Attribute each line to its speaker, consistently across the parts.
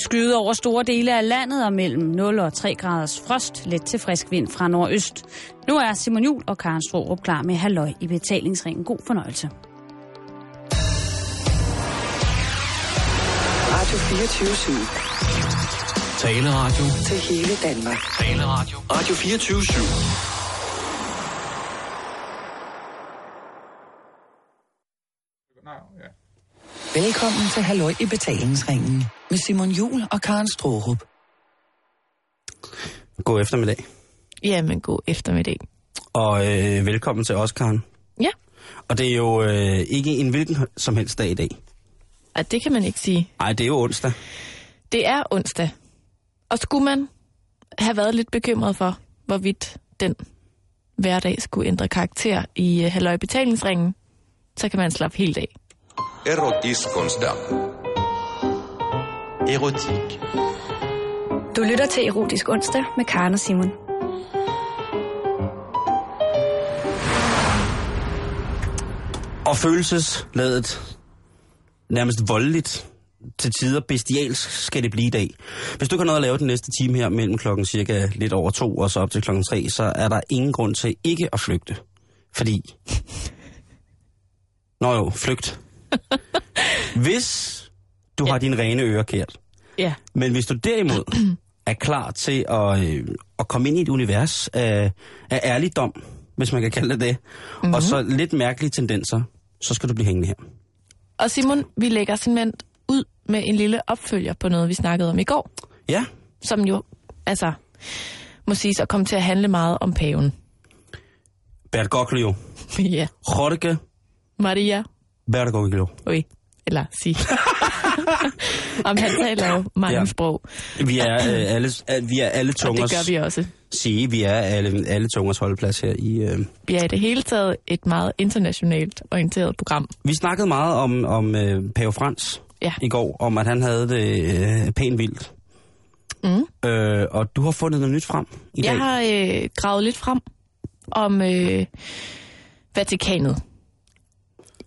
Speaker 1: Skyet over store dele af landet og mellem 0 og 3 graders frost, let til frisk vind fra nordøst. Nu er Simon Jul og Karen Strohrup klar med halløj i betalingsringen. God fornøjelse.
Speaker 2: Radio 24 7
Speaker 3: Taleradio.
Speaker 2: til hele Danmark.
Speaker 3: Taleradio. Radio 24 7.
Speaker 2: Velkommen til Halløj i betalingsringen med Simon Jul og Karen Strohrup.
Speaker 4: God eftermiddag.
Speaker 5: Jamen, god eftermiddag.
Speaker 4: Og øh, velkommen til os, Karen.
Speaker 5: Ja,
Speaker 4: Og det er jo øh, ikke en hvilken som helst dag i dag.
Speaker 5: og det kan man ikke sige.
Speaker 4: Nej, det er jo onsdag.
Speaker 5: Det er onsdag. Og skulle man have været lidt bekymret for, hvorvidt den hverdag skulle ændre karakter i øh, Halløj Betalingsringen, så kan man slappe helt af.
Speaker 6: Erotisk onsdag.
Speaker 3: Erotik.
Speaker 7: Du lytter til Erotisk Onsdag med Karen og Simon.
Speaker 4: Og følelsesladet, nærmest voldeligt, til tider bestialsk skal det blive i dag. Hvis du kan noget at lave den næste time her mellem klokken cirka lidt over to og så op til klokken tre, så er der ingen grund til ikke at flygte. Fordi... Nå jo, flygt. Hvis du har dine rene ører kært,
Speaker 5: Ja.
Speaker 4: Men hvis du derimod er klar til at, øh, at komme ind i et univers af, af ærligdom, hvis man kan kalde det det, mm-hmm.
Speaker 5: Mhm.
Speaker 4: og så lidt mærkelige tendenser, så skal du blive hængende her.
Speaker 5: Og Simon, vi lægger simpelthen ud med en lille opfølger på noget, vi snakkede om i går,
Speaker 4: Ja,
Speaker 5: som jo, altså, må siges at komme til at handle meget om paven.
Speaker 4: Bert Goglio.
Speaker 5: ja.
Speaker 4: Jorge
Speaker 5: Maria
Speaker 4: Bert Goglio.
Speaker 5: Oi. Eller sig. Om han taler jo mange
Speaker 4: Ja.
Speaker 5: ja. sprog.
Speaker 4: Vi er, øh, alle, øh, vi er alle
Speaker 5: Og det
Speaker 4: tungers...
Speaker 5: gør vi også.
Speaker 4: Sige, vi er alle, alle tungers holdplads her i... Øh.
Speaker 5: Vi er i det hele taget et meget internationalt orienteret program.
Speaker 4: Vi snakkede meget om, om øh, Pave Frans
Speaker 5: Ja.
Speaker 4: i går, om at han havde det øh, pænt vildt.
Speaker 5: Mm.
Speaker 4: Øh, og du har fundet noget nyt frem i dag.
Speaker 5: Jeg har øh, gravet lidt frem om øh, Vatikanet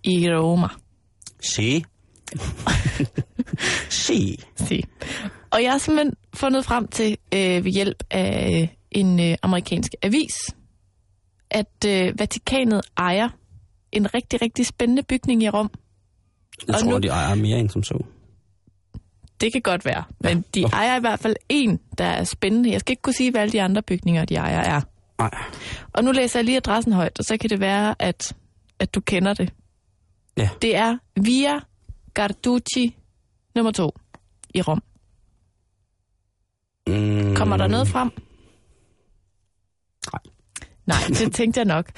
Speaker 5: i Roma.
Speaker 4: Se. Se.
Speaker 5: Sige. Og jeg har simpelthen fundet frem til øh, ved hjælp af øh, en øh, amerikansk avis, at øh, Vatikanet ejer en rigtig, rigtig spændende bygning i Rom.
Speaker 4: Jeg
Speaker 5: Og
Speaker 4: tror,
Speaker 5: nu-
Speaker 4: de ejer mere end som så.
Speaker 5: Det kan godt være, men ja. de
Speaker 4: nå.
Speaker 5: ejer i hvert fald en, der er spændende. Jeg skal ikke kunne sige, hvad alle de andre bygninger, de ejer, er.
Speaker 4: Nej.
Speaker 5: Og nu læser jeg lige adressen højt, og så kan det være, at, at du kender det.
Speaker 4: Ja.
Speaker 5: Det er Via Garducci nummer 2 i Rom.
Speaker 4: Mm,
Speaker 5: Kommer der noget frem?
Speaker 4: Nej.
Speaker 5: Nej, det tænkte jeg nok.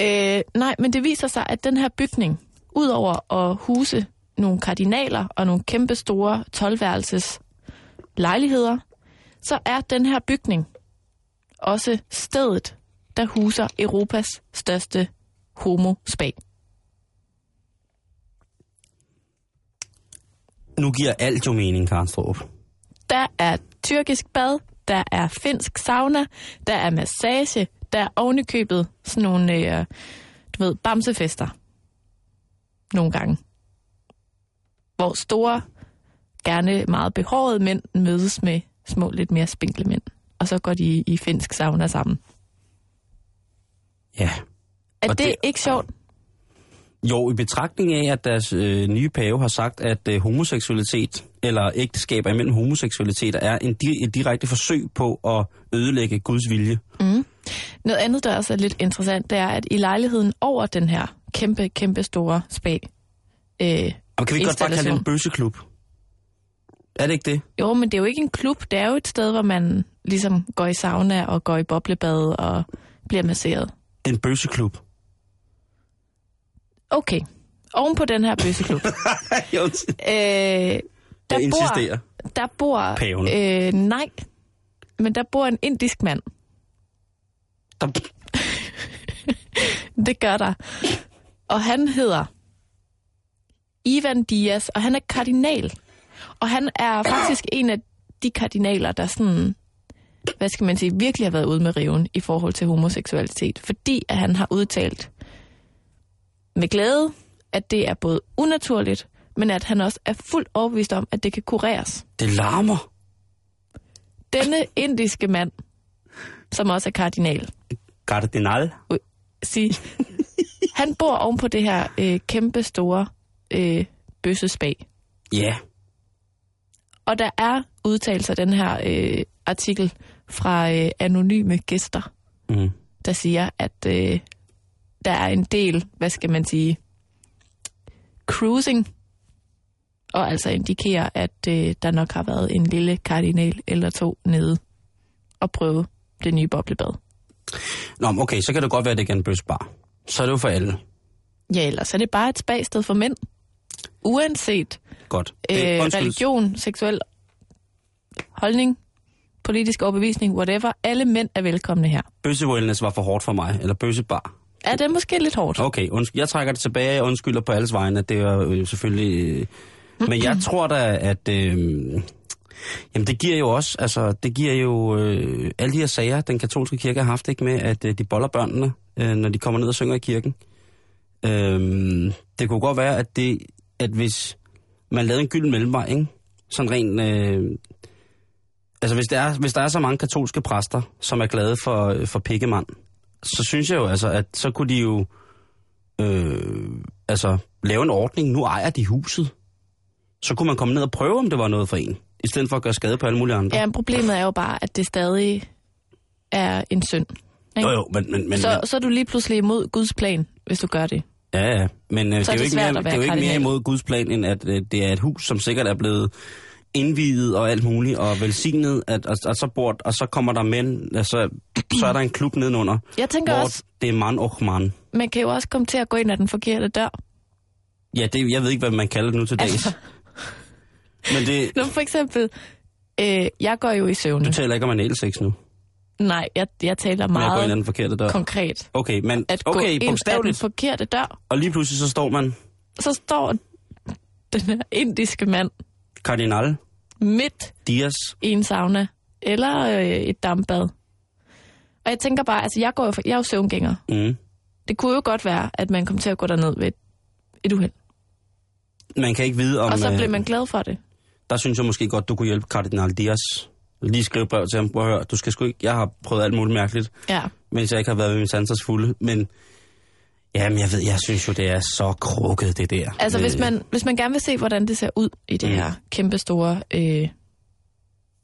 Speaker 5: Øh, nej, men det viser sig, at den her bygning, udover at huse nogle kardinaler og nogle kæmpe store 12-værelses lejligheder, så er den her bygning også stedet, der huser Europas største homospa.
Speaker 4: Nu giver alt jo mening, Karen Strup.
Speaker 5: Der er tyrkisk bad, der er finsk sauna, der er massage, der er ovenikøbet sådan nogle, øh, du ved, bamsefester. Nogle gange. Hvor store, gerne meget behårede mænd mødes med små, lidt mere spinkle mænd. Og så går de i, i finsk sauna sammen.
Speaker 4: Ja.
Speaker 5: Er
Speaker 4: Og
Speaker 5: det,
Speaker 4: det-
Speaker 5: det ikke sjovt?
Speaker 4: Jo, i betragtning af, at deres øh, nye pave har sagt, at øh, homoseksualitet eller ægteskaber imellem homoseksualiteter er en di- et direkte forsøg på at ødelægge Guds vilje.
Speaker 5: Noget andet, der også er lidt interessant, det er, at i lejligheden over den her kæmpe, kæmpe store spa, øh,
Speaker 4: Og kan vi ikke godt bare kalde det en
Speaker 5: Installation.
Speaker 4: bøsseklub? Er det ikke det?
Speaker 5: Jo, men det er jo ikke en klub. Det er jo et sted, hvor man ligesom går i sauna og går i boblebad og bliver masseret.
Speaker 4: En bøsseklub.
Speaker 5: Okay. Oven på den her bøsseklub,
Speaker 4: jo,
Speaker 5: øh, der,
Speaker 4: jeg insisterer.
Speaker 5: bor, der bor...
Speaker 4: Paven.
Speaker 5: Øh, nej, men der bor en indisk mand.
Speaker 4: Der...
Speaker 5: Det gør der. Og han hedder Ivan Dias, og han er kardinal. Og han er faktisk en af de kardinaler, der sådan, hvad skal man sige, virkelig har været ude med riven i forhold til homoseksualitet. Fordi at han har udtalt med glæde, at det er både unaturligt men at han også er fuldt overbevist om, at det kan kureres.
Speaker 4: Det larmer.
Speaker 5: Denne indiske mand, som også er kardinal,
Speaker 4: Cardinal.
Speaker 5: sige, han bor oven på det her øh, kæmpe store øh, bøssespag.
Speaker 4: Ja.
Speaker 5: Og der er udtalelser i den her øh, artikel fra øh, anonyme gæster,
Speaker 4: Mm.
Speaker 5: der siger, at øh, der er en del, hvad skal man sige, cruising, og altså indikerer, at øh, der nok har været en lille kardinal eller to nede og prøve det nye boblebad.
Speaker 4: Nå, men okay, så kan det godt være, at det ikke er en bøsbar. Så er det jo for alle.
Speaker 5: Ja, ellers er det bare et spagsted for mænd. Uanset
Speaker 4: Godt.
Speaker 5: øh,
Speaker 4: Det- undskyld.
Speaker 5: religion, seksuel holdning, politisk overbevisning, whatever, alle mænd er velkomne her.
Speaker 4: Bøsse wellness var for hårdt for mig, eller bøssebar.
Speaker 5: Er det måske lidt hårdt?
Speaker 4: Okay, undskyld. jeg trækker det tilbage. Jeg undskylder på alles vegne, at det er øh, selvfølgelig... Øh, men jeg tror da, at... Øh, jamen, det giver jo også... Altså, det giver jo... Øh, alle de her sager, den katolske kirke har haft, ikke med, at øh, de boller børnene, øh, når de kommer ned og synger i kirken. Øh, det kunne godt være, at det... At hvis man lavede en gylden mellemvej, ikke? Sådan rent... Øh, altså, hvis, det er, hvis der er så mange katolske præster, som er glade for, øh, for pikkemand, så synes jeg jo altså, at så kunne de jo øh, altså, lave en ordning, nu ejer de huset. Så kunne man komme ned og prøve, om det var noget for en, i stedet for at gøre skade på alle mulige andre.
Speaker 5: Ja, men problemet er jo bare, at det stadig er en synd.
Speaker 4: jo, jo, men... men, men
Speaker 5: Så, så er du lige pludselig imod Guds plan, hvis du gør det.
Speaker 4: ja, ja, men øh, det
Speaker 5: Så
Speaker 4: er jo
Speaker 5: er det
Speaker 4: ikke
Speaker 5: svært
Speaker 4: mere, det
Speaker 5: at være
Speaker 4: er jo ikke mere
Speaker 5: kardinal.
Speaker 4: imod Guds plan, end at øh, det er et hus, som sikkert er blevet indvidet og alt muligt, og velsignet, at, og, og, så bort, og så kommer der mænd, altså, så er der en klub nedenunder,
Speaker 5: Jeg tænker
Speaker 4: hvor
Speaker 5: også,
Speaker 4: det er man og man.
Speaker 5: man kan jo også komme til at gå ind ad den forkerte dør.
Speaker 4: Ja, det, jeg ved ikke, hvad man kalder det nu til dags.
Speaker 5: Altså.
Speaker 4: Men det,
Speaker 5: Nu for eksempel, øh, jeg går jo i søvn.
Speaker 4: du taler ikke om analsex nu,
Speaker 5: Nej, jeg, jeg taler
Speaker 4: med at gå ind ad
Speaker 5: meget
Speaker 4: den forkerte dør.
Speaker 5: konkret.
Speaker 4: Okay, men
Speaker 5: At gå
Speaker 4: okay,
Speaker 5: ind ad den
Speaker 4: bogstaveligt.
Speaker 5: forkerte dør.
Speaker 4: Og lige pludselig så står man
Speaker 5: Så står den her indiske mand
Speaker 4: kardinal
Speaker 5: midt
Speaker 4: Dias.
Speaker 5: i en sauna eller øh, et dampbad. Og jeg tænker bare, altså jeg, går jo for, jeg er jo søvngænger.
Speaker 4: Mm.
Speaker 5: Det kunne jo godt være, at man kom til at gå derned ved et, et uheld.
Speaker 4: Man kan ikke vide om...
Speaker 5: Og så
Speaker 4: øh,
Speaker 5: blev man glad for det.
Speaker 4: Der synes jeg måske godt, du kunne hjælpe kardinal Dias. Lige skrive brev til ham. Prøv at høre, du skal sgu ikke... Jeg har prøvet alt muligt mærkeligt,
Speaker 5: Ja.
Speaker 4: mens jeg ikke har været ved min sansers fulde. Men jamen, jeg ved, jeg synes jo, det er så krukket, det der.
Speaker 5: Altså hvis
Speaker 4: Øh,
Speaker 5: man, hvis man gerne vil se, hvordan det ser ud i det
Speaker 4: Mm.
Speaker 5: her kæmpe store øh,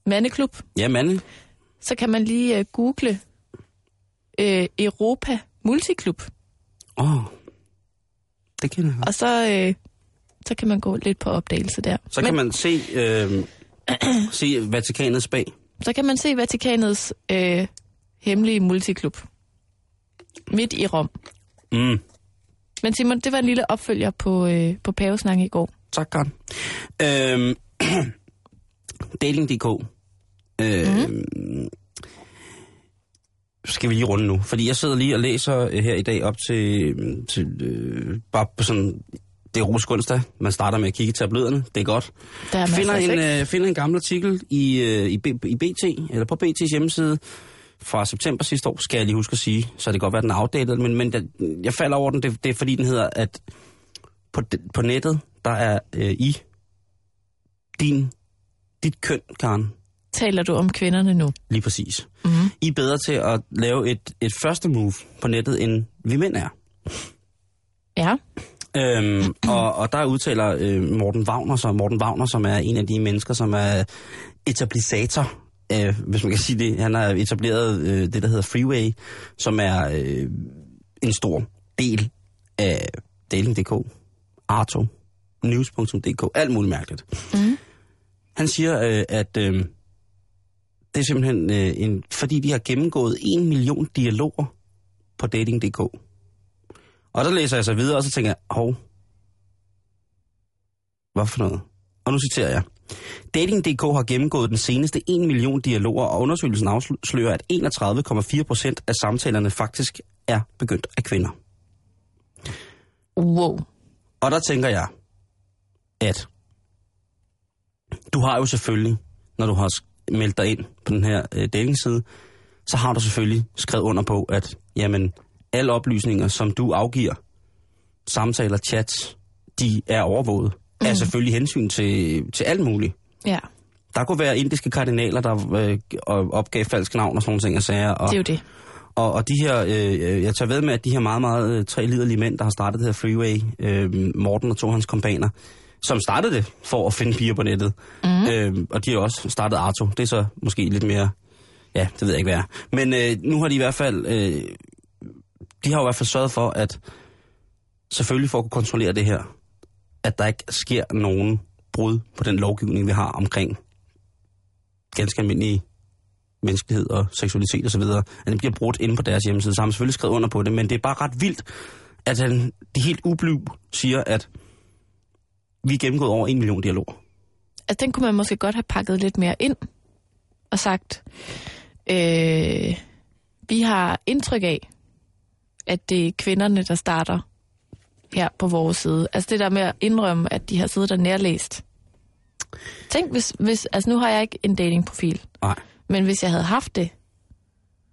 Speaker 5: mandeklub,
Speaker 4: Ja, mand.
Speaker 5: så kan man lige øh, google øh, Europa Multiklub.
Speaker 4: Åh, oh, det kender jeg.
Speaker 5: Og så, øh, så kan man gå lidt på opdagelse der.
Speaker 4: Så kan man se, øh, se Vatikanets bag.
Speaker 5: så kan man se Vatikanets øh, hemmelige multiklub midt i Rom.
Speaker 4: Mm.
Speaker 5: Men Simon, det var en lille opfølger på, øh, på Pavesnang i går.
Speaker 4: Tak, Karen. Øhm, Dating.dk. Øhm, Skal vi lige runde nu? Fordi jeg sidder lige og læser øh, her i dag op til, til øh, bare på sådan, det er rusk onsdag. Man starter med at kigge i tabloiderne. Det er godt.
Speaker 5: Der er
Speaker 4: finder,
Speaker 5: masser af sex.
Speaker 4: en, øh, finder en gammel artikel i, øh, i, B, i BT, eller på BT's hjemmeside, fra september sidste år, skal jeg lige huske at sige. Så det kan godt være, at den er outdated, men, men jeg, jeg falder over den. Det, det er fordi, den hedder, at på, d- på nettet, der er øh, i din, dit køn, Karen,
Speaker 5: Taler du om kvinderne nu?
Speaker 4: lige præcis.
Speaker 5: Mhm.
Speaker 4: I er bedre til at lave et, et første move på nettet, end vi mænd er.
Speaker 5: Ja.
Speaker 4: Øhm, og, og der udtaler øh, Morten Wagner så, Morten Wagner, som er en af de mennesker, som er etablisator, øh, hvis man kan sige det. Han har etableret øh, det, der hedder Freeway, som er øh, en stor del af Dating.dk, Arto, News.dk, alt muligt mærkeligt.
Speaker 5: Mhm.
Speaker 4: Han siger, øh, at øh, det er simpelthen, øh, en, fordi de har gennemgået en million dialoger på Dating.dk. Og der læser jeg så videre, og så tænker jeg, hov, hvad for noget? Og nu citerer jeg. Dating.dk har gennemgået den seneste 1 million dialoger, og undersøgelsen afslører, at 31,4 procent af samtalerne faktisk er begyndt af kvinder.
Speaker 5: Wow.
Speaker 4: Og der tænker jeg, at du har jo selvfølgelig, når du har sk- meldt dig ind på den her øh, datingside, så har du selvfølgelig skrevet under på, at jamen, alle oplysninger, som du afgiver, samtaler, chats, de er overvåget mm. er selvfølgelig hensyn til, til alt muligt.
Speaker 5: Ja,
Speaker 4: Der kunne være indiske kardinaler, der øh, og- opgav falsk navn og sådan nogle ting og sager. Og,
Speaker 5: det er jo det.
Speaker 4: og, og de her, øh, øh, jeg tager ved med, at de her meget, meget øh, tre liderlige mænd, der har startet det her Freeway, øh, Morten og to af hans kompaner, som startede det for at finde piger på nettet. Mm. Øh, og de har også startet Arto. Det er så måske lidt mere, ja, det ved jeg ikke hvad er. Men øh, nu har de i hvert fald, øh, de har jo i hvert fald sørget for, at selvfølgelig for at kunne kontrollere det her, at der ikke sker nogen brud på den lovgivning, vi har omkring ganske almindelige menneskelighed og seksualitet osv., at den bliver brudt inde på deres hjemmeside. Så har han selvfølgelig skrevet under på det, men det er bare ret vildt, at han det helt ubly siger, at vi er gennemgået over en million dialoger.
Speaker 5: Altså, den kunne man måske godt have pakket lidt mere ind og sagt, øh, vi har indtryk af, at det er kvinderne, der starter her på vores side. Altså det der med at indrømme, at de har siddet og nærlæst. Tænk, hvis, hvis altså nu har jeg ikke en datingprofil,
Speaker 4: Nej,
Speaker 5: men hvis jeg havde haft det,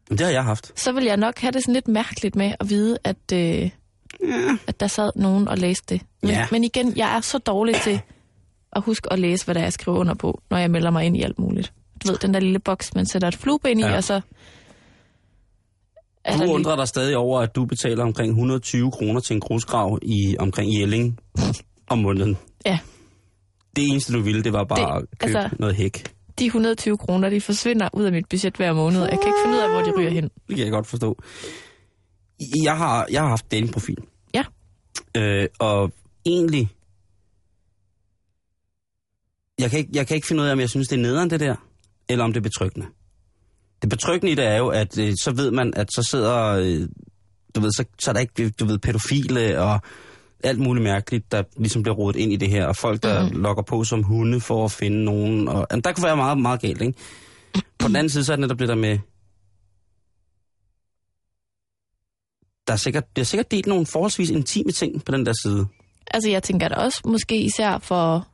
Speaker 4: men det har jeg haft.
Speaker 5: så ville jeg nok have det sådan lidt mærkeligt med at vide, at, øh, ja. at der sad nogen og læste det. Men,
Speaker 4: Ja.
Speaker 5: men igen, jeg er så dårlig til at huske at læse, hvad der er, jeg skriver under på, når jeg melder mig ind i alt muligt. Du ved, den der lille boks, man sætter et flueben i,
Speaker 4: Ja.
Speaker 5: ja. og så... Er
Speaker 4: Du
Speaker 5: der lige-
Speaker 4: undrer dig stadig over, at du betaler omkring 120 kroner til en grusgrav i, omkring Jelling om måneden.
Speaker 5: Ja,
Speaker 4: Det eneste, du ville, det var bare
Speaker 5: Det-
Speaker 4: det, at købe
Speaker 5: altså-
Speaker 4: altså... noget hæk.
Speaker 5: de 120 kroner, de forsvinder ud af mit budget hver måned. Jeg kan ikke finde ud af, hvor de ryger hen.
Speaker 4: Det kan jeg godt forstå. Jeg har, jeg har haft datingprofil.
Speaker 5: Ja.
Speaker 4: Øh, og egentlig... Jeg kan, ikke, jeg kan ikke finde ud af, om jeg synes, det er nederen, det der, eller om det er betryggende. Det betryggende i det er jo, at øh, så ved man, at så sidder... Øh, du ved, så, så er der ikke, du ved, pædofile og alt muligt mærkeligt, der ligesom bliver rodet ind i det her, og folk, der mm-hmm. lokker på som hunde for at finde nogen. Og, jamen, der kan være meget, meget galt, ikke? På den anden side, så er det netop det der med, der er sikkert, der er sikkert delt nogle forholdsvis intime ting på den der side.
Speaker 5: Altså, jeg tænker da også måske især for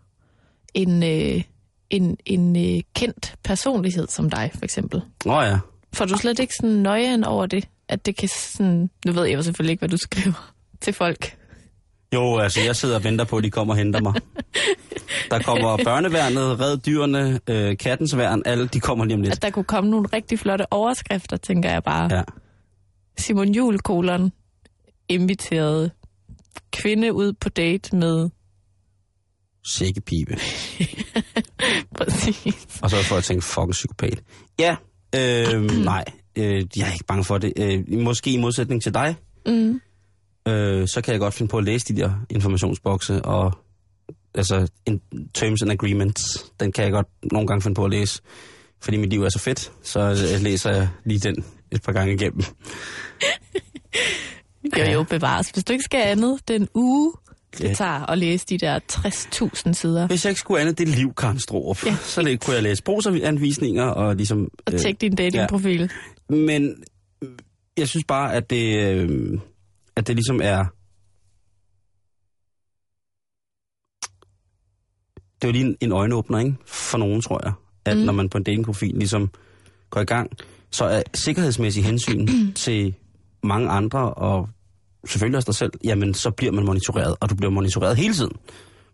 Speaker 5: en, øh, en, en øh, kendt personlighed som dig, for eksempel.
Speaker 4: Nå ja.
Speaker 5: Får du slet ikke sådan nøjen over det? At det kan sådan... Nu ved jeg jo selvfølgelig ikke, hvad du skriver til folk.
Speaker 4: Jo, altså jeg sidder og venter på, at de kommer og henter mig. Der kommer børneværnet, red dyrene, øh, kattens værn, alle de kommer lige om lidt.
Speaker 5: At der kunne komme nogle rigtig flotte overskrifter, tænker jeg bare. Ja.
Speaker 4: Ja.
Speaker 5: Simon Juhl, kolon, inviterede kvinde ud på date med...
Speaker 4: Sikke pibe.
Speaker 5: Præcis.
Speaker 4: Og så får jeg tænkt, fucking psykopat. Ja, øh, nej, øh, jeg er ikke bange for det. Øh, måske i modsætning til dig,
Speaker 5: Mm.
Speaker 4: øh, så kan jeg godt finde på at læse de der informationsbokse og altså in, terms and agreements, den kan jeg godt nogle gange finde på at læse. Fordi mit liv er så fedt, så øh, læser jeg lige den et par gange igennem.
Speaker 5: Jo, jo, bevares. Hvis du ikke skal andet, den uge,
Speaker 4: Ja.
Speaker 5: det tager at læse de der 60.000 sider.
Speaker 4: Hvis jeg ikke skulle andet, det er liv, Karen Strohrup. Ja.
Speaker 5: Ja.
Speaker 4: Så det kunne jeg læse brugsanvisninger og ligesom...
Speaker 5: Og tjek din datingprofil. Ja.
Speaker 4: Men øh, jeg synes bare, at det, øh, at det ligesom er... Det er jo lige en, en øjenåbner, ikke? For nogen, tror jeg. At mm. når man på en datingprofil ligesom går i gang, så er sikkerhedsmæssig hensyn til mange andre, og selvfølgelig også dig selv, jamen så bliver man monitoreret, og du bliver monitoreret hele tiden.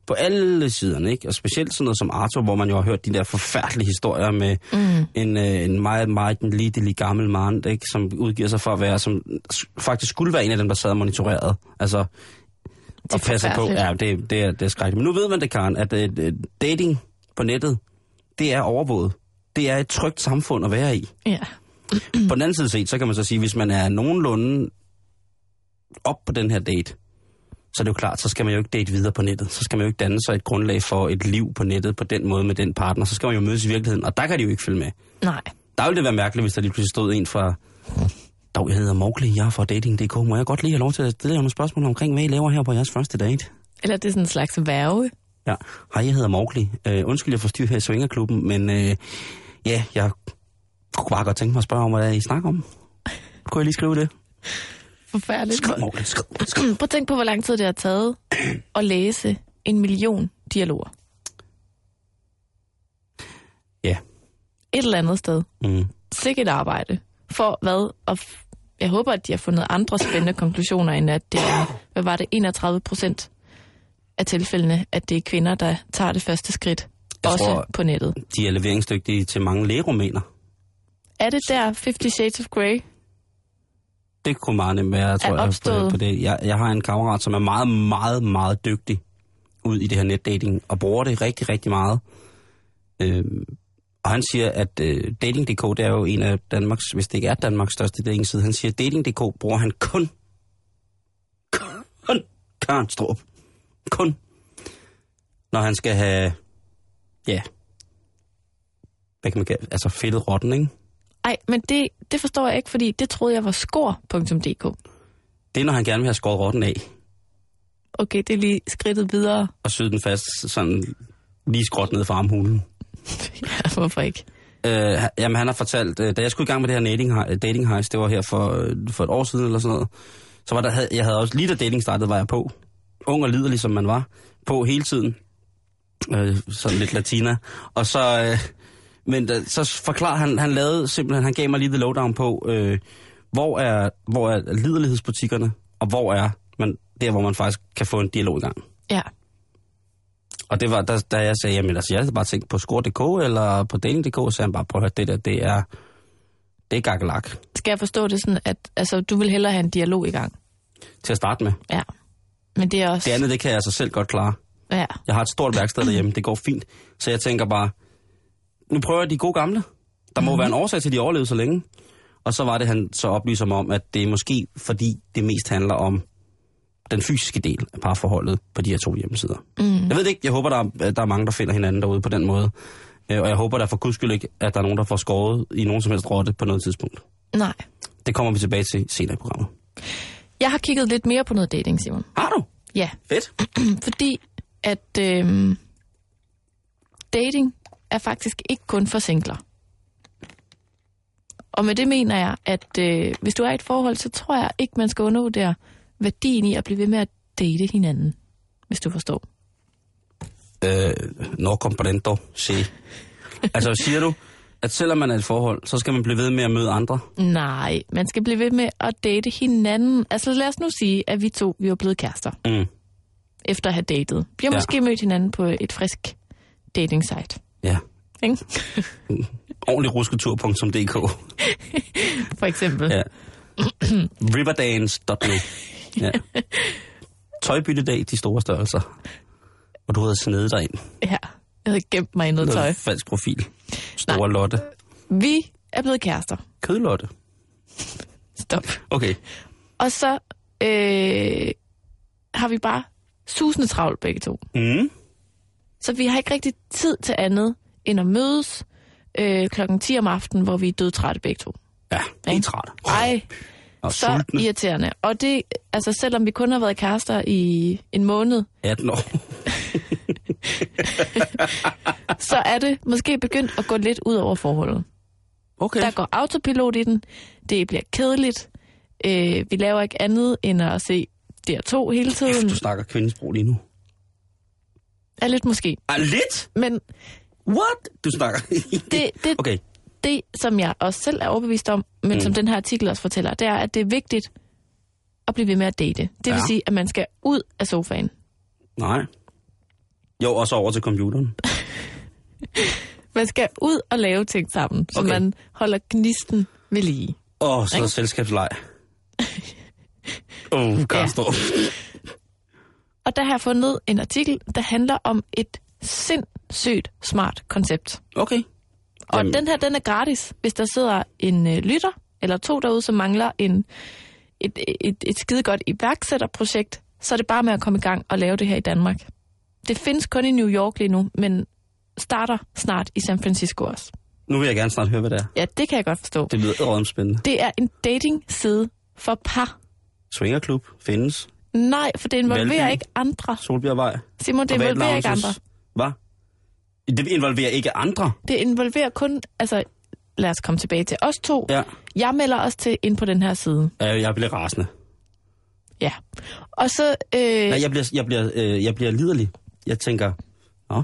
Speaker 4: På alle siderne, ikke? Og specielt sådan noget som Arthur, hvor man jo har hørt de der forfærdelige historier med mm. en, øh, en meget, meget en lille, lille gammel mand, ikke? Som udgiver sig for at være, som s- faktisk skulle være en af dem, der sad og monitorerede. Altså, og passer på.
Speaker 5: forfærdeligt.
Speaker 4: Ja, det, det er, det er skrækkeligt. Men nu ved man det, Karen, at øh, dating på nettet, det er overvåget. Det er et trygt samfund at være i.
Speaker 5: ja.
Speaker 4: På den anden side set, så kan man så sige, hvis man er nogenlunde op på den her date, så er det jo klart, så skal man jo ikke date videre på nettet. Så skal man jo ikke danne sig et grundlag for et liv på nettet på den måde med den partner. Så skal man jo mødes i virkeligheden, og der kan de jo ikke følge med.
Speaker 5: Nej.
Speaker 4: Der ville det være mærkeligt, hvis der lige pludselig stod en fra... Dog, jeg hedder Mowgli, jeg er fra dating.dk. Må jeg godt lige have lov til at stille jer nogle spørgsmål omkring, hvad I laver her på jeres første date?
Speaker 5: Eller det er sådan en slags værve.
Speaker 4: Ja, hej, jeg hedder Mowgli. Øh, undskyld, jeg forstyrrer her i Svingerklubben, men øh, ja, jeg kunne bare godt tænke mig at spørge om, hvad det er, I snakker om. Kunne jeg lige skrive det?
Speaker 5: Forfærdeligt.
Speaker 4: Skriv, Mowgli, skriv, skriv.
Speaker 5: Prøv at tænke på, hvor lang tid det har taget at læse en million dialoger.
Speaker 4: Ja.
Speaker 5: Et eller andet sted.
Speaker 4: Mm.
Speaker 5: Sikkert arbejde. For hvad? Og f- jeg håber, at de har fundet andre spændende konklusioner, end at det er, hvad var det, 31 procent af tilfældene, at det er kvinder, der tager det første skridt,
Speaker 4: Jeg
Speaker 5: også
Speaker 4: tror-
Speaker 5: på nettet.
Speaker 4: De er leveringsdygtige til mange lægeromaner.
Speaker 5: Er det der Fifty Shades of Grey?
Speaker 4: Det kunne meget nemt være, tror jeg, på,
Speaker 5: opstået.
Speaker 4: på det. Jeg, jeg har en kammerat, som er meget, meget, meget dygtig ud i det her netdating, og bruger det rigtig, rigtig meget. Øhm, og han siger, at øh, Dating.dk, det er jo en af Danmarks, hvis det ikke er Danmarks største datingside, han siger, at Dating.dk bruger han kun, kun Karen Strup. Kun. Når han skal have, ja, hvad kan man kalde, altså fedtet rotten, ikke?
Speaker 5: Ej, men det, det forstår jeg ikke, fordi det troede jeg var skor.dk.
Speaker 4: Det er, når han gerne vil have skåret rotten af.
Speaker 5: Okay, det er lige skridtet videre.
Speaker 4: og syede den fast sådan lige skråt ned fra armhulen.
Speaker 5: ja, hvorfor ikke?
Speaker 4: Øh, han- jamen han har fortalt, øh, da jeg skulle i gang med det her dating, dating heist, det var her for, øh, for et år siden eller sådan noget, så var der, havde- jeg havde også, lige da dating startede, var jeg på. Ung og liderlig som man var, på hele tiden. Øh, sådan lidt latina. Og så, øh, men da, så forklarer han, han lavede simpelthen, han gav mig lige det lowdown på, øh, hvor, er, hvor er liderlighedsbutikkerne, og hvor er man, der, hvor man faktisk kan få en dialog i gang.
Speaker 5: Ja,
Speaker 4: Og det var, da, da jeg sagde, jamen altså, jeg havde bare tænkt på score.dk eller på dating.dk, så sagde han bare, prøv at høre, det der, det er, det er gakkelak
Speaker 5: skal jeg forstå det sådan, at altså, du vil hellere have en dialog i gang?
Speaker 4: til at starte med.
Speaker 5: Ja. Men det er også...
Speaker 4: Det andet, det kan jeg altså selv godt klare.
Speaker 5: Ja,
Speaker 4: Jeg har et stort værksted derhjemme, det går fint. Så jeg tænker bare, nu prøver jeg de gode gamle. Der må mm. være en årsag til, at de overlevede så længe. Og så var det, han så oplyser mig om, at det er måske fordi, det mest handler om den fysiske del af parforholdet på de her to hjemmesider. Mm. Jeg ved det ikke, jeg håber, der er, øh, der er mange, der finder hinanden derude på den måde. Øh, Og jeg håber der for guds skyld ikke, at der er nogen, der får skåret i nogen som helst rotte på noget tidspunkt.
Speaker 5: nej.
Speaker 4: Det kommer vi tilbage til senere i programmet.
Speaker 5: Jeg har kigget lidt mere på noget dating, Simon.
Speaker 4: Har du?
Speaker 5: Ja,
Speaker 4: Fedt.
Speaker 5: fordi at øhm, dating er faktisk ikke kun for singler. Og med det mener jeg, at øh, hvis du er i et forhold, så tror jeg ikke, man skal undervurdere værdien i at blive ved med at date hinanden, hvis du forstår.
Speaker 4: øh, no comprendo, se. Altså, siger du, at selvom man er i et forhold, så skal man blive ved med at møde andre?
Speaker 5: Nej, man skal blive ved med at date hinanden. Altså lad os nu sige, at vi to vi er blevet kærester,
Speaker 4: Mm.
Speaker 5: efter at have datet. Vi har
Speaker 4: Ja.
Speaker 5: ja. måske mødt hinanden på et frisk dating site.
Speaker 4: Ja.
Speaker 5: Ikke?
Speaker 4: Ordentlig rusketur.dk.
Speaker 5: For eksempel.
Speaker 4: Ja. Riverdance.nu. Ja. Tøjbyttedag, de store størrelser. Og du havde snedet dig ind.
Speaker 5: ja. Jeg havde gemt mig i noget tøj.
Speaker 4: Noget falsk profil. Store Lotte.
Speaker 5: Vi er blevet kærester.
Speaker 4: Kødlotte.
Speaker 5: Stop.
Speaker 4: Okay.
Speaker 5: Og så øh, har vi bare susende travlt begge to.
Speaker 4: Mm.
Speaker 5: Så vi har ikke rigtig tid til andet end at mødes øh, klokken 10 om aftenen, hvor vi er dødtrætte begge to.
Speaker 4: Ja, det er
Speaker 5: Ikke?
Speaker 4: træt.
Speaker 5: Ej,
Speaker 4: Og
Speaker 5: så
Speaker 4: sultne.
Speaker 5: irriterende. Og det, altså selvom vi kun har været kærester i en måned,
Speaker 4: 18 år.
Speaker 5: så er det måske begyndt at gå lidt ud over forholdet.
Speaker 4: Okay.
Speaker 5: Der går autopilot i den. Det bliver kedeligt. Øh, vi laver ikke andet end at se DR2 hele tiden.
Speaker 4: Du snakker kvindesprog lige nu.
Speaker 5: Er lidt måske.
Speaker 4: Ah, lidt?
Speaker 5: Men
Speaker 4: What? Du snakker.
Speaker 5: det, det,
Speaker 4: Okay.
Speaker 5: det, som jeg også selv er overbevist om, men mm. som den her artikel også fortæller, det er, at det er vigtigt at blive ved med at date. Det vil
Speaker 4: Ja.
Speaker 5: ja. sige, at man skal ud af sofaen.
Speaker 4: Nej. Jo, og så over til computeren.
Speaker 5: Man skal ud og lave ting sammen, så
Speaker 4: Okay.
Speaker 5: man holder gnisten ved lige.
Speaker 4: Og så okay. selskabsleg. Åh, oh, Karstrup.
Speaker 5: Og der har jeg fundet en artikel, der handler om et sindssygt smart koncept.
Speaker 4: Ja. Okay.
Speaker 5: Og
Speaker 4: Jamen.
Speaker 5: Jamen. den her, den er gratis, hvis der sidder en øh, lytter eller to derude, som mangler en, et, et, et skidegodt iværksætterprojekt, så er det bare med at komme i gang og lave det her i Danmark. Det findes kun i New York lige nu, men starter snart i San Francisco også.
Speaker 4: Nu vil jeg gerne snart høre, hvad det er.
Speaker 5: Ja, det kan jeg godt forstå.
Speaker 4: Det lyder enormt spændende.
Speaker 5: Det er en dating-side for par.
Speaker 4: Swingerklub findes.
Speaker 5: Nej, for det involverer
Speaker 4: Valby.
Speaker 5: ikke andre.
Speaker 4: Solbjergvej.
Speaker 5: Simon, det
Speaker 4: Privat
Speaker 5: involverer ikke
Speaker 4: lounges.
Speaker 5: andre.
Speaker 4: Hvad? Det involverer ikke andre.
Speaker 5: Det involverer kun, altså lad os komme tilbage til os to.
Speaker 4: Ja.
Speaker 5: Jeg melder os til ind på den her side.
Speaker 4: Øh, Jeg bliver rasende.
Speaker 5: Ja. Og så, øh,
Speaker 4: Nej, jeg bliver, jeg bliver, øh, jeg bliver liderlig. Jeg tænker, nå,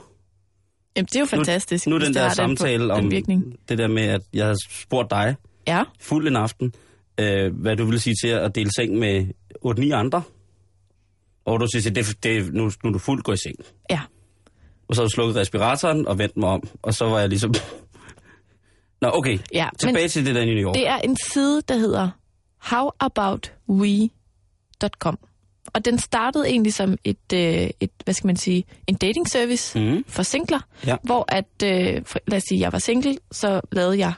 Speaker 5: jamen, det er jo fantastisk.
Speaker 4: nu
Speaker 5: hvis
Speaker 4: den
Speaker 5: det
Speaker 4: der
Speaker 5: har
Speaker 4: samtale
Speaker 5: den, på-
Speaker 4: om
Speaker 5: Den virkning.
Speaker 4: det der med, at jeg har spurgt dig
Speaker 5: Ja,
Speaker 4: fuld en aften, øh, hvad du ville sige til at dele seng med 8-9 andre. Og du siger, det, det, nu, nu er du fuldt gået i seng.
Speaker 5: Ja.
Speaker 4: Og så har du slukket respiratoren og vendt mig om. Og så var jeg ligesom... Nå, okay.
Speaker 5: Ja, men-
Speaker 4: Tilbage men... til det der i New York.
Speaker 5: Det er en side, der hedder howaboutwe.com. Og den startede egentlig som et, øh, et hvad skal man sige, en dating service
Speaker 4: Mhm.
Speaker 5: for singler,
Speaker 4: Ja.
Speaker 5: hvor at, øh, for, lad os sige, jeg var single, så lavede jeg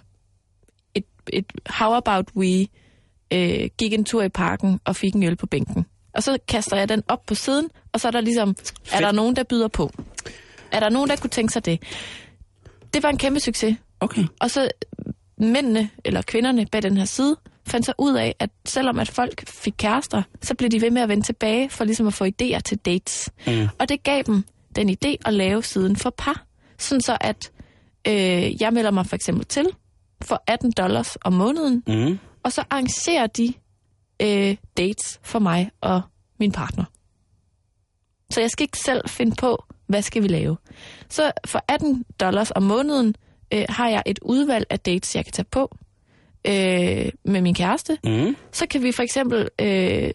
Speaker 5: et, et how about we, øh, gik en tur i parken og fik en øl på bænken. Og så kaster jeg den op på siden, og så er der ligesom, Fedt. er der nogen, der byder på? Er der nogen, der kunne tænke sig det? Det var en kæmpe succes.
Speaker 4: Okay.
Speaker 5: Og så mændene, eller kvinderne bag den her side, fandt så ud af, at selvom at folk fik kærester, så blev de ved med at vende tilbage for ligesom at få idéer til dates. Mm. Og det gav dem den idé at lave siden for par. Sådan så at øh, jeg melder mig for eksempel til for 18 dollars om måneden,
Speaker 4: Mm.
Speaker 5: og så arrangerer de øh, dates for mig og min partner. Så jeg skal ikke selv finde på, hvad skal vi lave. Så for 18 dollars om måneden øh, har jeg et udvalg af dates, jeg kan tage på øh, med min kæreste.
Speaker 4: Mm.
Speaker 5: Så kan vi for eksempel øh,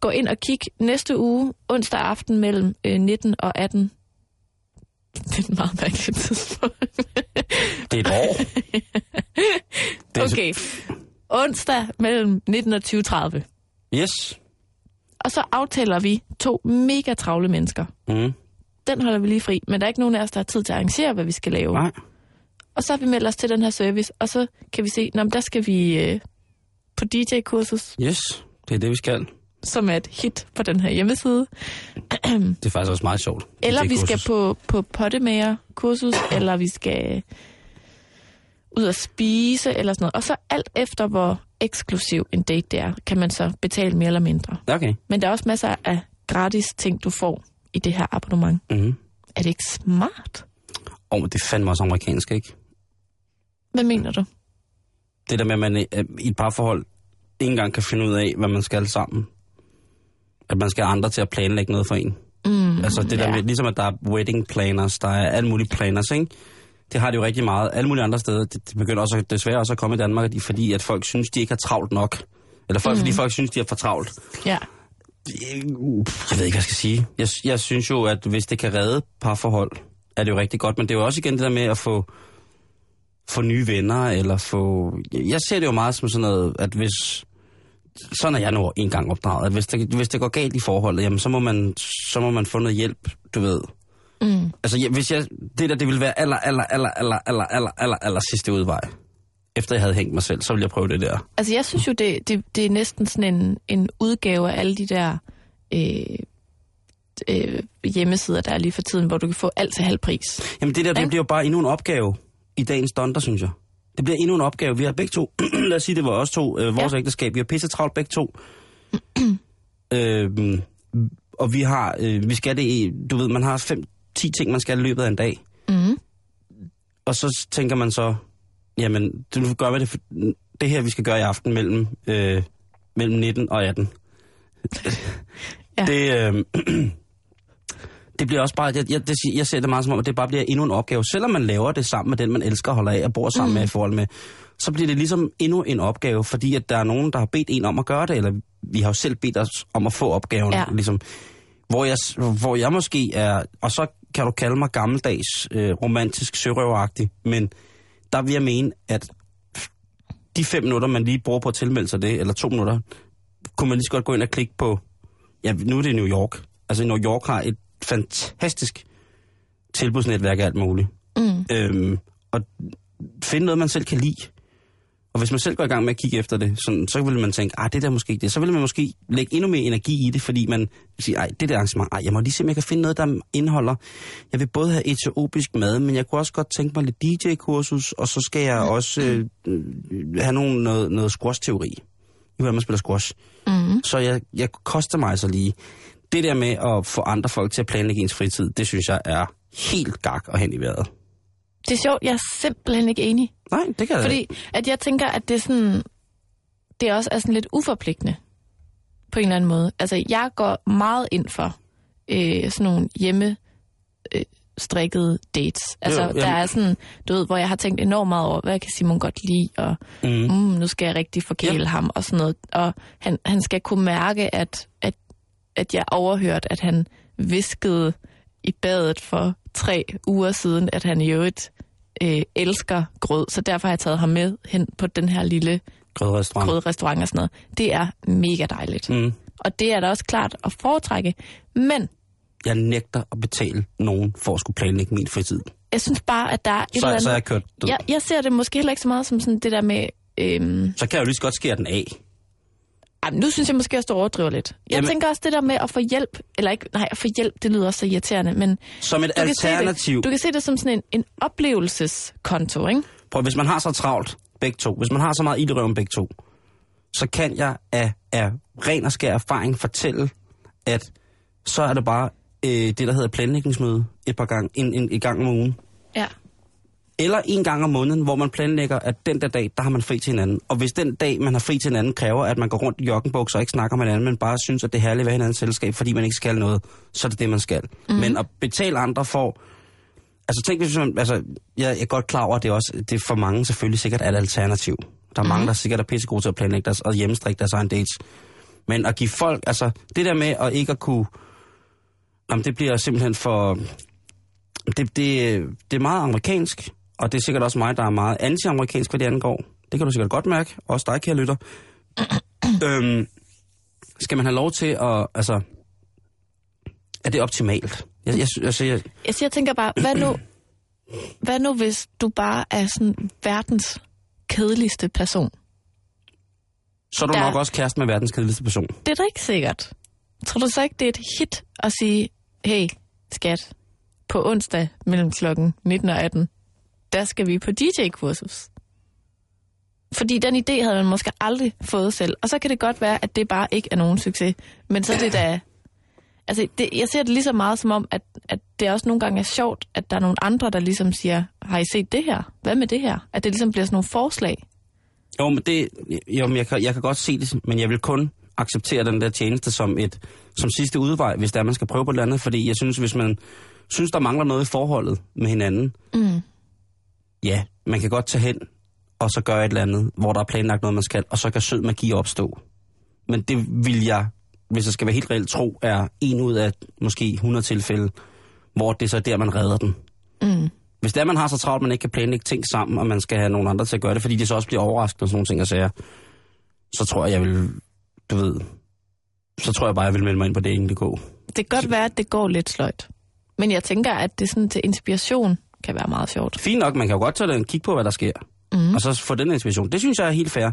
Speaker 5: gå ind og kigge næste uge, onsdag aften mellem øh, 19 og 18. Det er et meget mærkeligt tidspunkt.
Speaker 4: Det er et år. det er så-
Speaker 5: Okay. Onsdag mellem 19 og 20.30.
Speaker 4: Yes.
Speaker 5: Og så aftaler vi to mega travle mennesker.
Speaker 4: Mm.
Speaker 5: Den holder vi lige fri, men der er ikke nogen af os, der har tid til at arrangere, hvad vi skal lave.
Speaker 4: Nej.
Speaker 5: Og så har vi meldt os til den her service, og så kan vi se, at der skal vi øh, på DJ-kursus,
Speaker 4: Yes. Det er det, vi skal.
Speaker 5: som er et hit på den her hjemmeside.
Speaker 4: Det er faktisk også meget sjovt.
Speaker 5: Eller
Speaker 4: Det
Speaker 5: vi
Speaker 4: er
Speaker 5: skal
Speaker 4: kursus.
Speaker 5: på, på pottemager-kursus, eller vi skal ud og spise, eller sådan noget. Og så alt efter, hvor eksklusiv en date det er, kan man så betale mere eller mindre.
Speaker 4: Okay.
Speaker 5: Men der er også masser af gratis ting, du får i det her abonnement.
Speaker 4: Mm.
Speaker 5: Er det ikke smart?
Speaker 4: Åh, oh, men det er fandme også amerikansk, ikke?
Speaker 5: Hvad mener du?
Speaker 4: Det der med, at man øh, i et parforhold ikke engang kan finde ud af, hvad man skal sammen. At man skal have andre til at planlægge noget for en.
Speaker 5: Mm,
Speaker 4: Altså det der
Speaker 5: ja.
Speaker 4: med, ligesom at der er wedding planners, der er alle mulige planners, ikke? Det har de jo rigtig meget. Alle mulige andre steder, det, det begynder også, at- desværre også at komme i Danmark, at de- fordi at folk synes, de ikke har travlt nok. Eller folk, mm. fordi folk synes, de har for travlt.
Speaker 5: Ja.
Speaker 4: Jeg ved ikke, hvad jeg skal sige. Jeg, jeg synes jo, at hvis det kan redde parforhold, er det jo rigtig godt. Men det er jo også igen det der med at få, få nye venner, eller få... Jeg ser det jo meget som sådan noget, at hvis... Sådan er jeg nu en gang opdraget, at hvis det, hvis det går galt i forholdet, jamen så må man, så må man få noget hjælp, du ved. Mm. Altså, jeg, hvis jeg, det der, det ville være aller, aller, aller, aller, aller, aller, aller, aller sidste udvej. Efter jeg havde hængt mig selv, så ville jeg prøve det der.
Speaker 5: Altså jeg synes jo, det, det, det er næsten sådan en, en udgave af alle de der øh, øh, hjemmesider, der er lige for tiden, hvor du kan få alt til halv pris.
Speaker 4: Jamen det der, det
Speaker 5: Ja.
Speaker 4: bliver jo bare endnu en opgave i dagens donder, synes jeg. Det bliver endnu en opgave. Vi har begge to, lad os sige, det var os to, øh, vores ja. ægteskab. Vi har pisse travlt begge to. øhm, og vi har, øh, vi skal det, i- du ved, man har 5-10 ting, man skal i løbet af en dag.
Speaker 5: Mm.
Speaker 4: Og så tænker man så, jamen, det- nu gør vi det, for- det her, vi skal gøre i aften mellem, øh, mellem 19 og 18.
Speaker 5: Ja.
Speaker 4: ja. Det, øh, det bliver også bare, jeg, jeg, det, jeg ser det meget som om, at det bare bliver endnu en opgave. Selvom man laver det sammen med den, man elsker og holder af og bor sammen mm. med i forhold med, så bliver det ligesom endnu en opgave, fordi at der er nogen, der har bedt en om at gøre det, eller vi har jo selv bedt os om at få opgaven.
Speaker 5: Ja.
Speaker 4: Ja. Ligesom, hvor, jeg, s- hvor jeg måske er, og så kan du kalde mig gammeldags, øh, romantisk, sørøveragtig, men der vil jeg mene, at de fem minutter, man lige bruger på at tilmelde sig det, eller to minutter, kunne man lige så godt gå ind og klikke på, ja, nu er det New York. Altså, New York har et fantastisk tilbudsnetværk af alt muligt.
Speaker 5: Mm.
Speaker 4: Øhm, og finde noget, man selv kan lide. Og hvis man selv går i gang med at kigge efter det, sådan, så vil man tænke, ah, det der er måske ikke det. Så vil man måske lægge endnu mere energi i det, fordi man siger, ej, det der arrangement, ej, jeg må lige se, om jeg kan finde noget, der indeholder. Jeg vil både have etiopisk mad, men jeg kunne også godt tænke mig lidt DJ-kursus, og så skal jeg også øh, øh, have nogen, noget, noget squash-teori. I hvordan man spiller squash. Mm. Så jeg, jeg koster mig så lige. Det der med at få andre folk til at planlægge ens fritid, det synes jeg er helt gak og hen i vejret.
Speaker 5: Det er sjovt, jeg er simpelthen ikke enig.
Speaker 4: Nej, det kan jeg da ikke.
Speaker 5: Fordi at jeg tænker, at det er sådan, det også er sådan lidt uforpligtende på en eller anden måde. Altså, jeg går meget ind for øh, sådan nogle hjemme øh, strikkede dates. Altså,
Speaker 4: Jo,
Speaker 5: jo, der
Speaker 4: jamen.
Speaker 5: er sådan, du ved, hvor jeg har tænkt enormt meget over, hvad kan Simon godt lide, og mm. Mm, nu skal jeg rigtig forkæle ja. ham, og sådan noget. Og han, han skal kunne mærke, at, at, at jeg overhørte, at han viskede i badet for tre uger siden, at han i øvrigt øh, elsker grød, så derfor har jeg taget ham med hen på den her lille
Speaker 4: Grødrestaurant.
Speaker 5: grødrestaurant og sådan noget. Det er mega dejligt.
Speaker 4: Ah. Mm.
Speaker 5: Og det er da også klart at foretrække, men
Speaker 4: Jeg nægter at betale nogen for at skulle planlægge min fritid.
Speaker 5: jeg synes bare, at der er et
Speaker 4: Så,
Speaker 5: eller andet...
Speaker 4: så er jeg kørt død. Ja.
Speaker 5: jeg, jeg ser det måske heller ikke så meget som sådan det der med... Øhm,
Speaker 4: Så kan jeg jo lige så godt skære den af.
Speaker 5: ej, men nu synes jeg måske, at jeg står og overdriver lidt. Jeg
Speaker 4: Jamen-
Speaker 5: Jamen. tænker også det der med at få hjælp, eller ikke, nej, at få hjælp, det lyder også så irriterende, men
Speaker 4: Som et
Speaker 5: du kan, se
Speaker 4: alternativ.
Speaker 5: det, du kan se det som sådan en, en oplevelseskonto, ikke?
Speaker 4: Prøv, hvis man har så travlt, begge to, hvis man har så meget ild i røven, begge to, så kan jeg af, af ren og skær erfaring fortælle, at så er det bare øh, det, der hedder planlægningsmøde et par gange, en, en, en gang om ugen.
Speaker 5: Ja.
Speaker 4: Eller en gang om måneden, hvor man planlægger, at den der dag, der har man fri til hinanden. Og hvis den dag, man har fri til hinanden, kræver, at man går rundt i joggenbukser og ikke snakker med hinanden, men bare synes, at det er herligt at være i hinandens selskab, fordi man ikke skal noget, så er det det, man skal. Mm. Men at betale andre for... Altså tænk, hvis man, altså, jeg er godt klar over, at det, er også, det er for mange selvfølgelig sikkert er et alternativ. Der er mange, der sikkert er pissegode til at planlægge deres, og hjemmestrikke deres egen dates. Men at give folk, altså det der med at ikke at kunne... Jamen, det bliver simpelthen for det, det, det er meget amerikansk, og det er sikkert også mig, der er meget anti-amerikansk, hvad det angår. Det kan du sikkert godt mærke, også dig, kære lytter. øhm, skal man have lov til at, altså, er det optimalt? Jeg, jeg, sy- altså, jeg,
Speaker 5: Jeg, jeg tænker bare, hvad nu, hvad nu hvis du bare er sådan verdens kedeligste person?
Speaker 4: så er du
Speaker 5: Der-
Speaker 4: nok også kæreste med verdens kedeligste person.
Speaker 5: Det er da ikke sikkert. Tror du så ikke, det er et hit at sige, hey, skat, på onsdag mellem klokken 19 og 18, der skal vi på DJ-kursus? Fordi den idé havde man måske aldrig fået selv. Og så kan det godt være, at det bare ikke er nogen succes. Men så er det da... Altså, det, jeg ser det lige så meget som om, at, at det også nogle gange er sjovt, at der er nogle andre, der ligesom siger, har I set det her? Hvad med det her? At det ligesom bliver sådan nogle forslag.
Speaker 4: Jo, men det, jo, men jeg, kan, jeg kan godt se det, men jeg vil kun acceptere den der tjeneste som et som sidste udvej, hvis der man skal prøve på et eller andet, fordi jeg synes, hvis man synes, der mangler noget i forholdet med hinanden, mm. ja, man kan godt tage hen og så gøre et eller andet, hvor der er planlagt noget, man skal, og så kan sød magi opstå. Men det vil jeg, hvis jeg skal være helt reelt tro, er en ud af måske 100 tilfælde, hvor det så er der, man redder den hvis det er, man har så travlt, man ikke kan planlægge ting sammen, og man skal have nogle andre til at gøre det, fordi det så også bliver overraskende og sådan nogle ting og sager, så tror jeg, jeg vil, du ved, så tror jeg bare, jeg vil melde mig ind på dating.dk.
Speaker 5: Det kan godt være, at det går lidt sløjt. Men jeg tænker, at det sådan til inspiration kan være meget sjovt. Mhm.
Speaker 4: Fint nok, man kan jo godt tage den kigge på, hvad der sker, mm. og så få den inspiration. Det synes jeg er helt fair.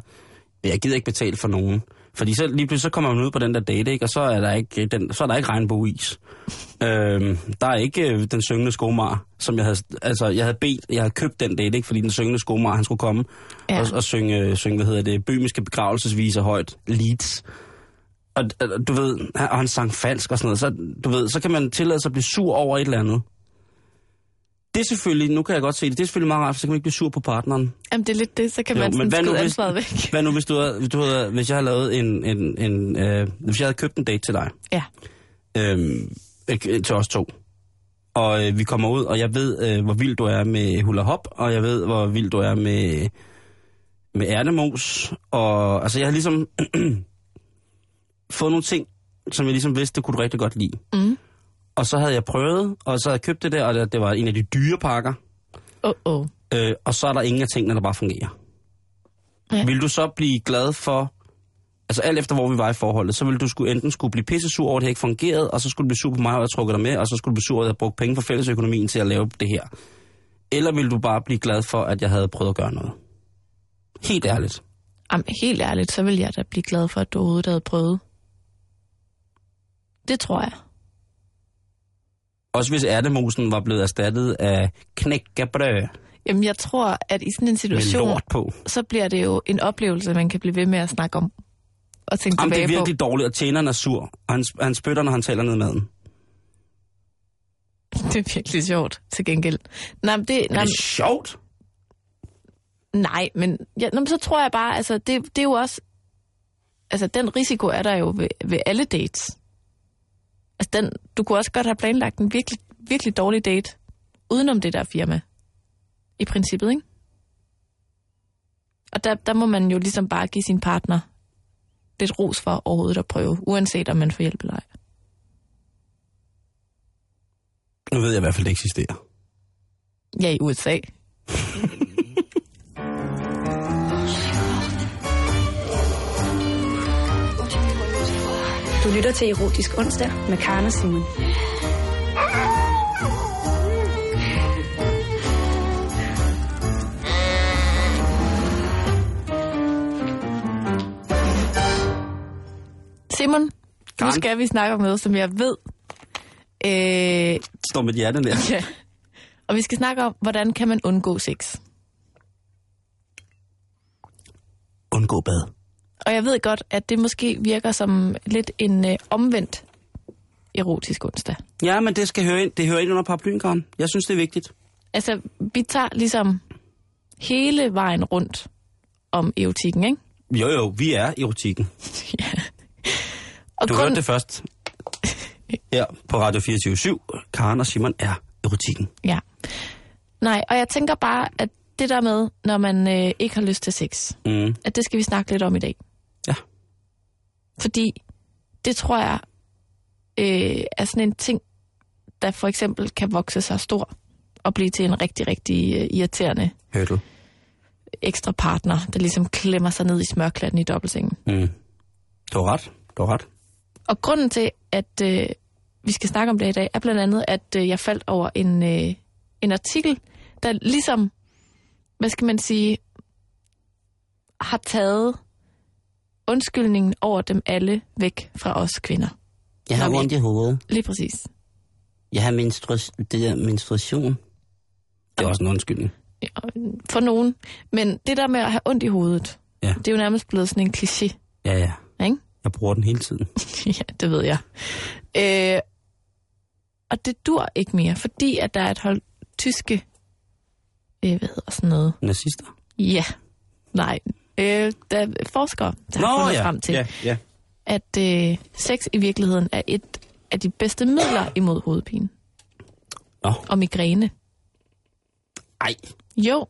Speaker 4: Men jeg gider ikke betale for nogen. Fordi så lige pludselig så kommer man ud på den der date, ikke? og så er der ikke, øh, den, så er der ikke regnbueis. Øhm, der er ikke øh, den syngende skomager, som jeg havde, altså, jeg havde bedt, jeg havde købt den date, ikke? fordi den syngende skomager, han skulle komme ja.
Speaker 5: Ja.
Speaker 4: og, og synge, øh, synge, hvad hedder det, bømiske begravelsesviser højt, Leeds. Og øh, du ved, han- og han sang falsk og sådan noget, så, du ved, så kan man tillade sig at blive sur over et eller andet. Det er selvfølgelig, nu kan jeg godt se det, det er selvfølgelig meget rart, for så kan man ikke blive sur på partneren.
Speaker 5: Jamen, det er lidt det, så kan
Speaker 4: Jo,
Speaker 5: man
Speaker 4: men
Speaker 5: sådan
Speaker 4: hvad nu,
Speaker 5: skyde
Speaker 4: hvis-
Speaker 5: ansvaret væk.
Speaker 4: Hvad nu, hvis du havde, hvis, du havde, hvis jeg havde lavet en, en, en øh, hvis jeg havde købt en date til dig,
Speaker 5: Ja.
Speaker 4: øh, til os to, og øh, vi kommer ud, og jeg ved, øh, hvor vild du er med hula hop, og jeg ved, hvor vild du er med, med ærnemos, og altså jeg har ligesom fået nogle ting, som jeg ligesom vidste, det kunne du rigtig godt lide.
Speaker 5: Mm.
Speaker 4: Og så havde jeg prøvet, og så havde jeg købt det der, og det, det var en af de dyre pakker,
Speaker 5: Åh, oh, oh.
Speaker 4: øh, og så er der ingen af tingene, der bare fungerer. Ja.
Speaker 5: Ja.
Speaker 4: Vil du så blive glad for, altså alt efter hvor vi var i forholdet, så ville du skulle enten skulle blive pissesur over, at det her ikke fungerede, og så skulle du blive sur på mig, og jeg trukket dig med, og så skulle du blive sur over, at jeg brugte penge fra fællesøkonomien til at lave det her. Eller vil du bare blive glad for, at jeg havde prøvet at gøre noget? Helt ærligt.
Speaker 5: Jamen, helt ærligt, så vil jeg da blive glad for, at du overhovedet havde prøvet. Det tror jeg.
Speaker 4: Også hvis ærtemosen var blevet erstattet af knækkebrød
Speaker 5: Jamen, jeg tror, at i sådan en
Speaker 4: med
Speaker 5: situation,
Speaker 4: lort på.
Speaker 5: så bliver det jo en oplevelse, man kan blive ved med at snakke om og tænke
Speaker 4: Jamen, det er
Speaker 5: tilbage
Speaker 4: virkelig dårligt, og tjeneren er sur, og han, han spytter, når han taler ned i maden.
Speaker 5: på. Det er virkelig sjovt, til gengæld. Nej, men det,
Speaker 4: Er
Speaker 5: nej,
Speaker 4: det sjovt?
Speaker 5: Nej, men, ja, nå, men så tror jeg bare, altså det, det er jo også, altså den risiko er der jo ved, ved alle dates. Altså den, du kunne også godt have planlagt en virkelig, virkelig dårlig date, udenom det der firma. I princippet, ikke? Og der, der må man jo ligesom bare give sin partner lidt ros for overhovedet at prøve, uanset om man får hjælp eller ej.
Speaker 4: Nu ved jeg i hvert fald, det eksisterer.
Speaker 5: Ja, i USA.
Speaker 7: Du lytter til Erotisk Onsdag med Karen og Simon.
Speaker 5: Simon, nu
Speaker 4: Karen?
Speaker 5: skal vi snakke om noget, som jeg ved. Øh,
Speaker 4: Står mit hjerte nær.
Speaker 5: ja. Og vi skal snakke om, hvordan kan man undgå sex?
Speaker 4: Undgå bad.
Speaker 5: Og jeg ved godt, at det måske virker som lidt en øh, omvendt erotisk onsdag.
Speaker 4: Ja, men det skal høre ind, det hører ind under paraplyen, Karen. Jeg synes, det er vigtigt.
Speaker 5: Altså, vi tager ligesom hele vejen rundt om erotikken, ikke?
Speaker 4: Jo, jo, vi er erotikken.
Speaker 5: Og
Speaker 4: Du
Speaker 5: grunden-
Speaker 4: hørte det først. Her på Radio 24-7. Karen og Simon er erotikken.
Speaker 5: Ja. Nej, og jeg tænker bare, at det der med, når man øh, ikke har lyst til sex,
Speaker 4: Mm.
Speaker 5: at det skal vi snakke lidt om i dag.
Speaker 4: Ja.
Speaker 5: Fordi det tror jeg øh, er sådan en ting, der for eksempel kan vokse sig stor og blive til en rigtig, rigtig øh, irriterende
Speaker 4: Hørte
Speaker 5: ekstra partner, der ligesom klemmer sig ned i smørklatten i dobbeltsengen.
Speaker 4: mm. Du har ret. Du har ret.
Speaker 5: Og grunden til, at øh, vi skal snakke om det i dag, er blandt andet, at øh, jeg faldt over en, øh, en artikel, der ligesom, hvad skal man sige, har taget undskyldningen over dem alle væk fra os kvinder.
Speaker 4: Jeg
Speaker 5: har Nå, vi-
Speaker 4: i hovedet.
Speaker 5: Lige præcis.
Speaker 4: Jeg har menstrus- det der menstruation. Det er også en undskyldning.
Speaker 5: Ja, For nogen. Men det der med at have ondt i hovedet,
Speaker 4: Ja.
Speaker 5: det er jo nærmest blevet sådan en kliché,
Speaker 4: Ja, ja.
Speaker 5: ikke?
Speaker 4: Jeg bruger den hele tiden.
Speaker 5: ja, det ved jeg. Øh, og det dur ikke mere, fordi at der er et hold tyske, øh, hvad hedder sådan noget?
Speaker 4: Nazister.
Speaker 5: Ja, nej. Øh, der er forskere, der har fundet
Speaker 4: ja.
Speaker 5: frem til,
Speaker 4: ja, ja.
Speaker 5: at øh, sex i virkeligheden er et af de bedste midler imod hovedpine
Speaker 4: Nå,
Speaker 5: og migræne.
Speaker 4: ej.
Speaker 5: Jo.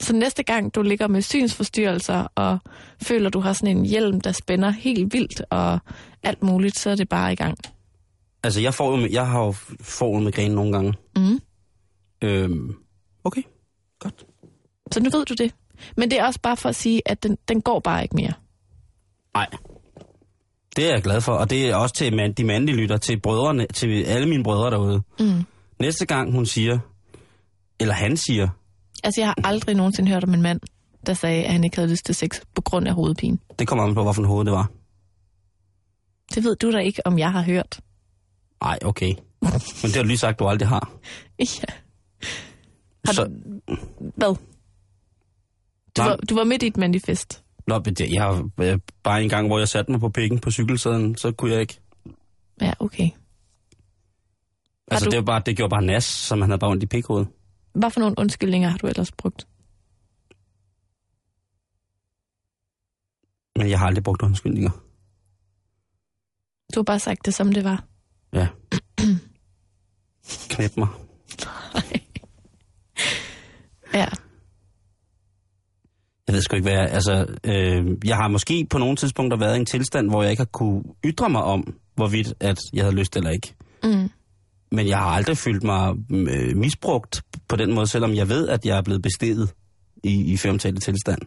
Speaker 5: Så næste gang du ligger med synsforstyrrelser og føler, du har sådan en hjelm, der spænder helt vildt og alt muligt, så er det bare i gang.
Speaker 4: Altså, jeg, får jo, jeg har jo får en migræne nogle gange.
Speaker 5: Mm.
Speaker 4: Øhm, okay, godt.
Speaker 5: Så nu ved du det. Men det er også bare for at sige, at den, den går bare ikke mere.
Speaker 4: Nej. Det er jeg glad for, og det er også til mand, de mandlige lytter, til brødrene, til alle mine brødre derude.
Speaker 5: Mm.
Speaker 4: Næste gang hun siger, eller han siger,
Speaker 5: Altså, jeg har aldrig nogensinde hørt om en mand, der sagde, at han ikke havde lyst til sex på grund af hovedpine.
Speaker 4: det kommer an på, hvilken hoved det var.
Speaker 5: Det ved du da ikke, om jeg har hørt.
Speaker 4: Nej, okay. Men det har du lige sagt, du aldrig har.
Speaker 5: Ja. Har
Speaker 4: Så,
Speaker 5: Hvad? Du
Speaker 4: Nej.
Speaker 5: var, du var midt i et manifest.
Speaker 4: nå, men det- jeg har øh, bare en gang, hvor jeg satte mig på pikken på cykelsæden, så kunne jeg ikke.
Speaker 5: Ja, okay.
Speaker 4: Altså,
Speaker 5: du-
Speaker 4: det, var bare, det gjorde bare nas, som han havde bare ondt i pikhovedet.
Speaker 5: Hvad for nogle undskyldninger har du ellers brugt?
Speaker 4: Men jeg har aldrig brugt undskyldninger.
Speaker 5: Du har bare sagt det, som det var.
Speaker 4: Ja. Knæp mig.
Speaker 5: Ja.
Speaker 4: Jeg ved sgu ikke, hvad jeg... Altså, øh, jeg har måske på nogle tidspunkter været i en tilstand, hvor jeg ikke har kunne ytre mig om, hvorvidt at jeg havde lyst eller ikke.
Speaker 5: Mm.
Speaker 4: Men jeg har aldrig følt mig øh, misbrugt på den måde, selvom jeg ved, at jeg er blevet bestedet i, i femtale tilstand.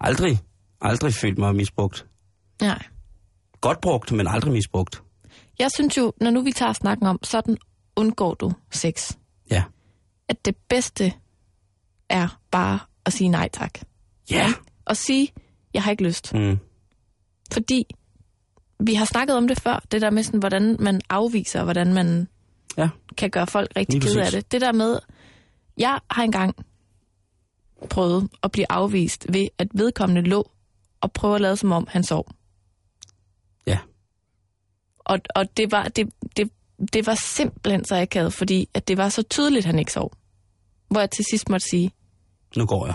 Speaker 4: Aldrig. Aldrig følt mig misbrugt.
Speaker 5: Nej.
Speaker 4: Godt brugt, men aldrig misbrugt.
Speaker 5: Jeg synes jo, når nu vi tager snakken om, sådan undgår du sex.
Speaker 4: Ja.
Speaker 5: At det bedste er bare at sige nej tak.
Speaker 4: Ja.
Speaker 5: Og sige, jeg har ikke lyst.
Speaker 4: Mm.
Speaker 5: Fordi vi har snakket om det før, det der med, sådan, hvordan man afviser, hvordan man
Speaker 4: Ja.
Speaker 5: kan gøre folk rigtig
Speaker 4: Lige
Speaker 5: kede af
Speaker 4: præcis.
Speaker 5: det. Det der med, jeg har engang prøvet at blive afvist ved, at vedkommende lå og prøvede at lade som om, han sov.
Speaker 4: Ja.
Speaker 5: Og, og det, var, det, det, det var simpelthen så akavet, fordi at det var så tydeligt, han ikke sov. Hvor jeg til sidst måtte sige,
Speaker 4: Nu går jeg.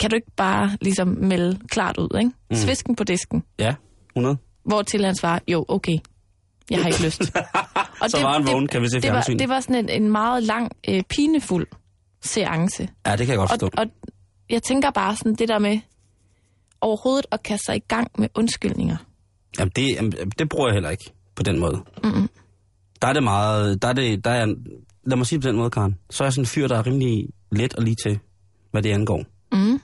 Speaker 5: kan du ikke bare ligesom melde klart ud, ikke? Mm. Svisken på disken.
Speaker 4: Ja. 100.
Speaker 5: Hvor til han svarer, jo, okay, jeg har ikke lyst. og
Speaker 4: Så var han vågen, kan vi se
Speaker 5: det var,
Speaker 4: fjernsynet.
Speaker 5: det var sådan en, en meget lang, øh, pinefuld seance.
Speaker 4: Ja, det kan jeg godt
Speaker 5: Og,
Speaker 4: forstå.
Speaker 5: og jeg tænker bare sådan det der med overhovedet at kaste sig i gang med undskyldninger.
Speaker 4: Jamen, det, jamen, det bruger jeg heller ikke på den måde. Mm-mm. Der er det meget... Der er det, der er, lad mig sige det på den måde, Karen. Så er jeg sådan en fyr, der er rimelig let og lige til, hvad det angår.
Speaker 5: Mm.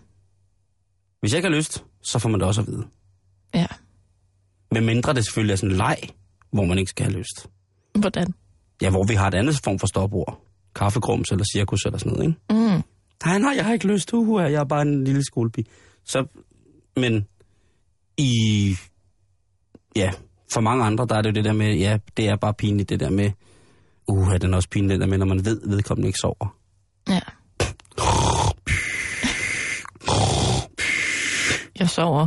Speaker 4: Hvis jeg ikke har lyst, så får man det også at vide.
Speaker 5: Ja.
Speaker 4: Med mindre det selvfølgelig er sådan en leg, hvor man ikke skal have lyst.
Speaker 5: Hvordan?
Speaker 4: Ja, hvor vi har et andet form for stopord. Kaffegrums eller cirkus eller sådan noget, ikke?
Speaker 5: Mm.
Speaker 4: Nej, nej, jeg har ikke lyst. Uh, jeg er bare en lille skolebi. Så, men i... Ja, for mange andre, der er det jo det der med, ja, det er bare pinligt, det der med, uh, er den er også pinligt, det der med, når man ved, vedkommende ikke sover.
Speaker 5: Ja. Jeg sover.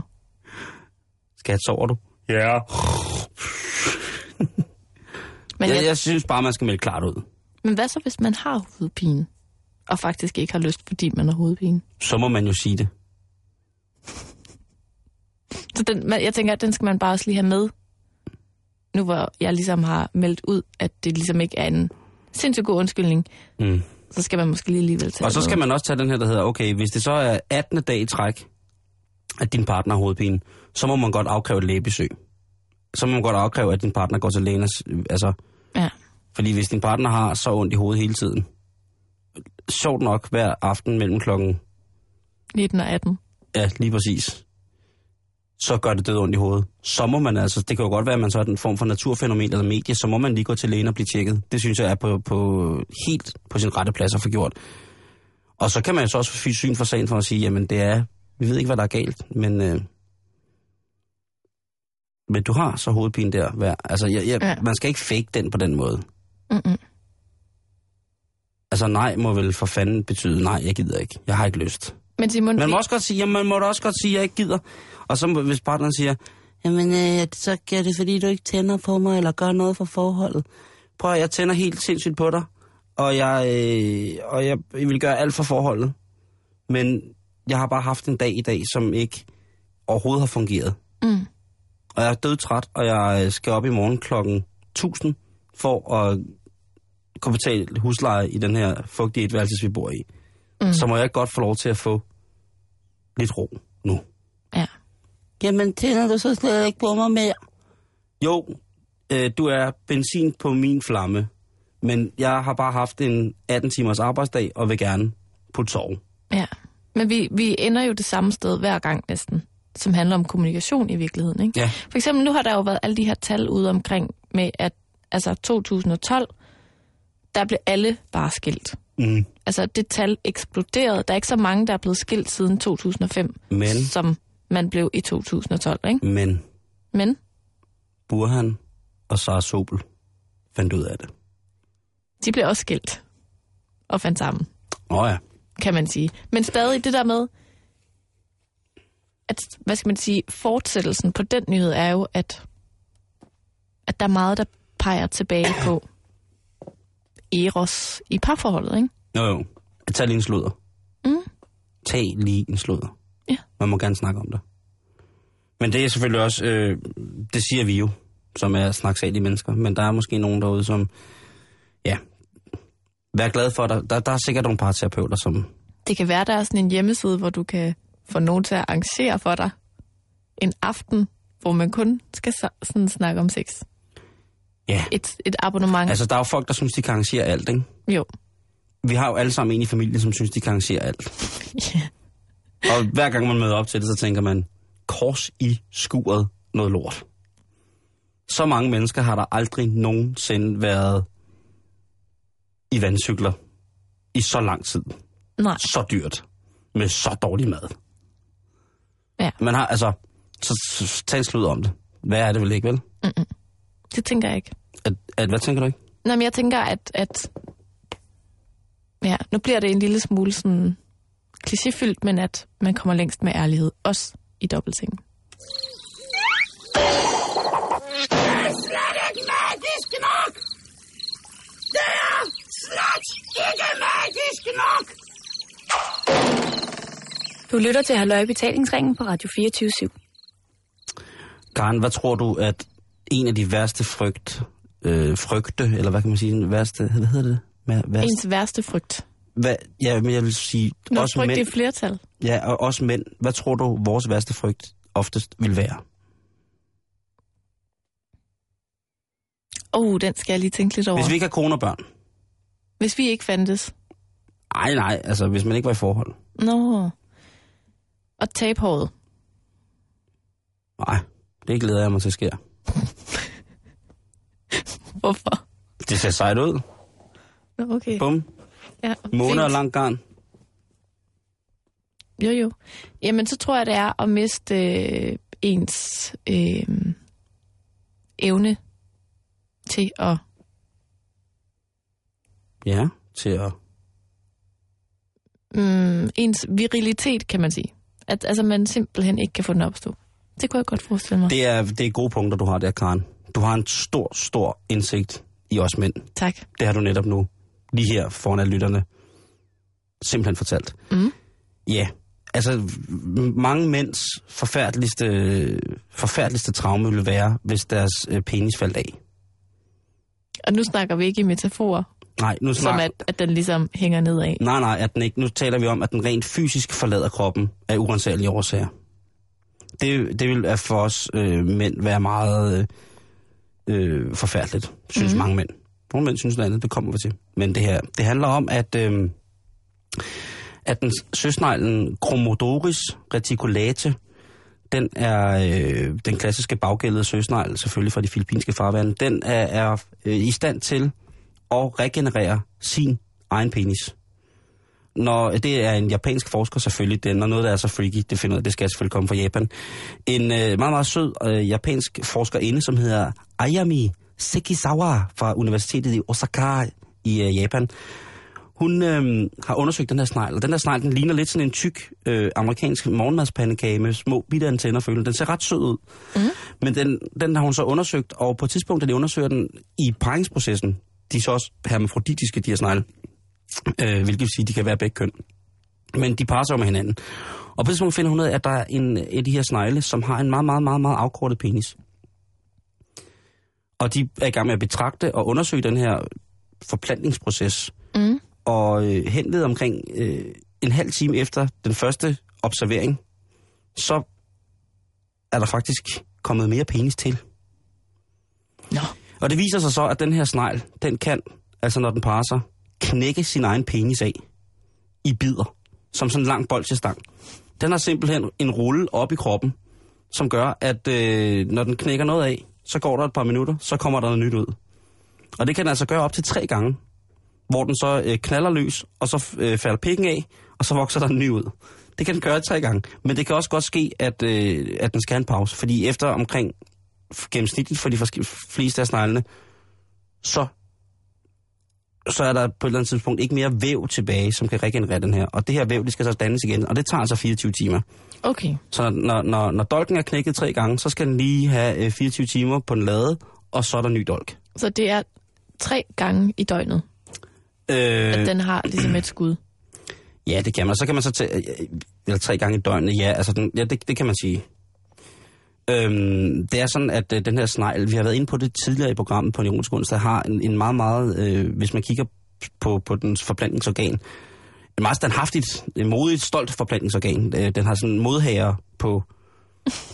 Speaker 4: Skat, sover du? Ja. Yeah.
Speaker 5: Men,
Speaker 4: jeg,
Speaker 5: jeg,
Speaker 4: jeg, synes bare, man skal melde klart ud.
Speaker 5: men hvad så, hvis man har hovedpine? Og faktisk ikke har lyst, fordi man har hovedpine?
Speaker 4: Så må man jo sige det.
Speaker 5: Så den, man, jeg tænker, at den skal man bare også lige have med. Nu hvor jeg ligesom har meldt ud, at det ligesom ikke er en sindssygt god undskyldning,
Speaker 4: Mm.
Speaker 5: så skal man måske lige alligevel tage
Speaker 4: Og så skal man også tage den her, der hedder, okay, hvis det så er 18. dag i træk, at din partner har hovedpine, så må man godt afkræve et lægebesøg. Så må man godt afkræve, at din partner går til lægen. og s- Altså,
Speaker 5: Ja.
Speaker 4: fordi hvis din partner har så ondt i hovedet hele tiden, sjovt nok hver aften mellem klokken,
Speaker 5: 19 og 18.
Speaker 4: ja, lige præcis, så gør det død ondt i hovedet. Så må man altså, det kan jo godt være, at man så er den form for naturfænomen eller medie, så må man lige gå til lægen og blive tjekket. Det synes jeg er på, på helt på sin rette plads at få gjort. Og så kan man jo så også få fy- syn for sagen for at sige, jamen det er, vi ved ikke, hvad der er galt, men, øh, men du har så hovedpine der. Hver, altså, jeg, jeg, ja.
Speaker 5: Ja.
Speaker 4: man skal ikke fake den på den måde.
Speaker 5: Mm-mm.
Speaker 4: Altså nej må vel for fanden betyde, nej, jeg gider ikke. Jeg har ikke lyst.
Speaker 5: Men Simon,
Speaker 4: Man
Speaker 5: vi-
Speaker 4: må også godt sige, jamen, man må da også godt sige, jeg ikke gider. Og så må- hvis partneren siger, jamen øh, så gør det, fordi du ikke tænder på mig, eller gør noget for forholdet. Prøv at, jeg tænder helt sindssygt på dig, og jeg, øh, og jeg vil gøre alt for forholdet. Men jeg har bare haft en dag i dag, som ikke overhovedet har fungeret.
Speaker 5: Mm.
Speaker 4: Og jeg er dødtræt, og jeg øh, skal op i morgen klokken 1000 for at kunne betale husleje i den her fugtige etværelses, vi bor i. Mm. Så må jeg godt få lov til at få lidt ro nu.
Speaker 5: Ja.
Speaker 4: Jamen, tænder du så slet ikke på mig mere? Jo, øh, du er benzin på min flamme, men jeg har bare haft en 18-timers arbejdsdag og vil gerne putte sove.
Speaker 5: ja. Men vi, vi ender jo det samme sted hver gang næsten, som handler om kommunikation i virkeligheden. Ikke?
Speaker 4: Ja.
Speaker 5: For eksempel, nu har der jo været alle de her tal ude omkring med, at altså 2012, der blev alle bare skilt.
Speaker 4: Mm.
Speaker 5: Altså, det tal eksploderede. Der er ikke så mange, der er blevet skilt siden 2005,
Speaker 4: Men?
Speaker 5: som man blev i 2012, ikke?
Speaker 4: Men
Speaker 5: Men
Speaker 4: Burhan og Sara Sobel fandt ud af det.
Speaker 5: de blev også skilt og fandt sammen,
Speaker 4: Åh oh, ja.
Speaker 5: kan man sige. Men stadig det der med, at, hvad skal man sige, fortsættelsen på den nyhed er jo, at, at der er meget, der peger tilbage på Eros i parforholdet, ikke?
Speaker 4: Jo, jo. Tag lige en sludder.
Speaker 5: Mm.
Speaker 4: Tag lige en sludder.
Speaker 5: Ja.
Speaker 4: Man må gerne snakke om det. Men det er selvfølgelig også, øh, det siger vi jo, som er snaksalige mennesker, men der er måske nogen derude, som, ja, vær glad for, der, der, der er sikkert nogle parterapeuter, som,
Speaker 5: Det kan være, der er sådan en hjemmeside, hvor du kan få nogen til at arrangere for dig en aften, hvor man kun skal sa- sådan snakke om sex.
Speaker 4: ja,
Speaker 5: Et, et abonnement. Altså,
Speaker 4: altså der er jo folk, der synes, de kan arrangere alt, ikke?
Speaker 5: jo.
Speaker 4: Vi har jo alle sammen en i familien, som synes, de kan arrangere alt.
Speaker 5: Ja.
Speaker 4: Og hver gang man møder op til det, så tænker man, kors i skuret noget lort. Så mange mennesker har der aldrig nogensinde været i vandcykler i så lang tid.
Speaker 5: Nej.
Speaker 4: Så dyrt. Med så dårlig mad.
Speaker 5: Ja.
Speaker 4: Man har, altså, så, så, så tag en slud om det. Hvad er det vel ikke, vel?
Speaker 5: Det tænker jeg ikke.
Speaker 4: At, at, hvad tænker du ikke?
Speaker 5: Nå, men jeg tænker, at, at... Ja, nu bliver det en lille smule sådan klichéfyldt, men at man kommer længst med ærlighed. Også i dobbeltsengen.
Speaker 7: Du lytter til Halløj Betalingsringen på Radio 24 /7.
Speaker 4: Karen, hvad tror du, at en af de værste frygt, øh, frygte, eller hvad kan man sige, den værste, hvad hedder det? Hvad, værst,
Speaker 5: Ens værste frygt.
Speaker 4: hvad, ja, men jeg vil sige,
Speaker 5: Når
Speaker 4: også
Speaker 5: frygt
Speaker 4: mænd,
Speaker 5: i flertal.
Speaker 4: ja, og også mænd, hvad tror du, vores værste frygt oftest vil være?
Speaker 5: Oh, den skal jeg lige tænke lidt over.
Speaker 4: Hvis vi ikke har kone og børn.
Speaker 5: Hvis vi ikke fandtes.
Speaker 4: Nej, nej, altså hvis man ikke var i forhold.
Speaker 5: Nå. Og tabe håret.
Speaker 4: Nej, det glæder jeg mig til sker.
Speaker 5: Hvorfor?
Speaker 4: Det ser sejt ud.
Speaker 5: Nå, okay.
Speaker 4: Bum.
Speaker 5: Ja,
Speaker 4: Måneder
Speaker 5: fint.
Speaker 4: langt garn.
Speaker 5: Jo, jo. Jamen, så tror jeg, det er at miste øh, ens øh, evne til at...
Speaker 4: Ja, til at...
Speaker 5: Mm, ens virilitet, kan man sige. At, altså, man simpelthen ikke kan få den op at stå. Det kunne jeg godt forestille mig. Det...
Speaker 4: Det er, det er gode punkter, du har der, Karen. Du har en stor, stor indsigt i os mænd.
Speaker 5: Tak.
Speaker 4: Det har du netop nu, lige her foran alle lytterne, simpelthen fortalt.
Speaker 5: Mm.
Speaker 4: Ja, altså m- mange mænds forfærdeligste, forfærdeligste traume ville være, hvis deres øh, penis faldt af.
Speaker 5: Og nu snakker vi ikke i metaforer,
Speaker 4: Nej, nu
Speaker 5: som
Speaker 4: snart,
Speaker 5: at, at den ligesom hænger nedad.
Speaker 4: nej, nej, at den ikke, nu taler vi om, at den rent fysisk forlader kroppen af urensagelige årsager. Det, det vil øh, for os øh, mænd være meget øh, øh, forfærdeligt, synes mm. mange mænd. Nogle mænd synes noget andet, det kommer vi til. Men det her, det handler om, at... Øh, at den søsneglen Chromodoris reticulate, den er øh, den klassiske baggældede søsnegl, selvfølgelig fra de filippinske farvande, den er, er øh, i stand til at regenerere sin egen penis. Når det er en japansk forsker selvfølgelig, den, når noget der er så freaky, det finder ud af, det skal selvfølgelig komme fra Japan. En øh, meget, meget sød øh, japansk forskerinde, som hedder Ayami Sekizawa fra Universitetet i Osaka i øh, Japan, hun øh, har undersøgt den her snegl, og den her snegl, den ligner lidt sådan en tyk øh, amerikansk morgenmadspandekage med små bitte antenner følende. Den ser ret sød ud. Mm. Men den, den har hun så undersøgt, og på et tidspunkt, da de undersøger den i paringsprocessen, de er så også hermafroditiske, de her snegle, øh, hvilket vil sige, at de kan være begge køn. Men de parer sig jo med hinanden. Og på et tidspunkt finder hun ud af, at der er en en af de her snegle, som har en meget, meget, meget, meget afkortet penis. Og de er i gang med at betragte og undersøge den her forplantningsproces og øh, hen ved omkring øh, en halv time efter den første observering, så er der faktisk kommet mere penis til.
Speaker 5: Nå.
Speaker 4: Og det viser sig så, at den her snegl, den kan, altså når den parer sig, knække sin egen penis af i bidder, som sådan en lang bolsjestang. Den har simpelthen en rulle op i kroppen, som gør, at øh, når den knækker noget af, så går der et par minutter, så kommer der noget nyt ud. Og det kan den altså gøre op til tre gange hvor den så øh, knaller løs, og så øh, falder pikken af, og så vokser der en ny ud. Det kan den gøre tre gange. Men det kan også godt ske, at, øh, at den skal have en pause, fordi efter omkring f- gennemsnitligt for de forske- fleste af sneglene, så, så er der på et eller andet tidspunkt ikke mere væv tilbage, som kan regenerere den her. Og det her væv, det skal så dannes igen, og det tager altså 24 timer.
Speaker 5: Okay.
Speaker 4: Så når, når, når dolken er knækket tre gange, så skal den lige have øh, 24 timer på en lade, og så er der ny dolk.
Speaker 5: Så det er tre gange i døgnet,
Speaker 4: Øh,
Speaker 5: at den har ligesom et skud.
Speaker 4: Ja, det kan man. Så kan man så tage... øh, Eller tre gange i døgnet, ja. Altså, den, ja det, det kan man sige. Øhm, det er sådan, at øh, den her snegl, vi har været inde på det tidligere i programmet på en ironisk onsdag, har en, en meget, meget... Øh, hvis man kigger på, på dens forplantningsorgan, en meget standhaftigt, øh, modigt, stolt forplantningsorgan. Øh, den har sådan en modhager på,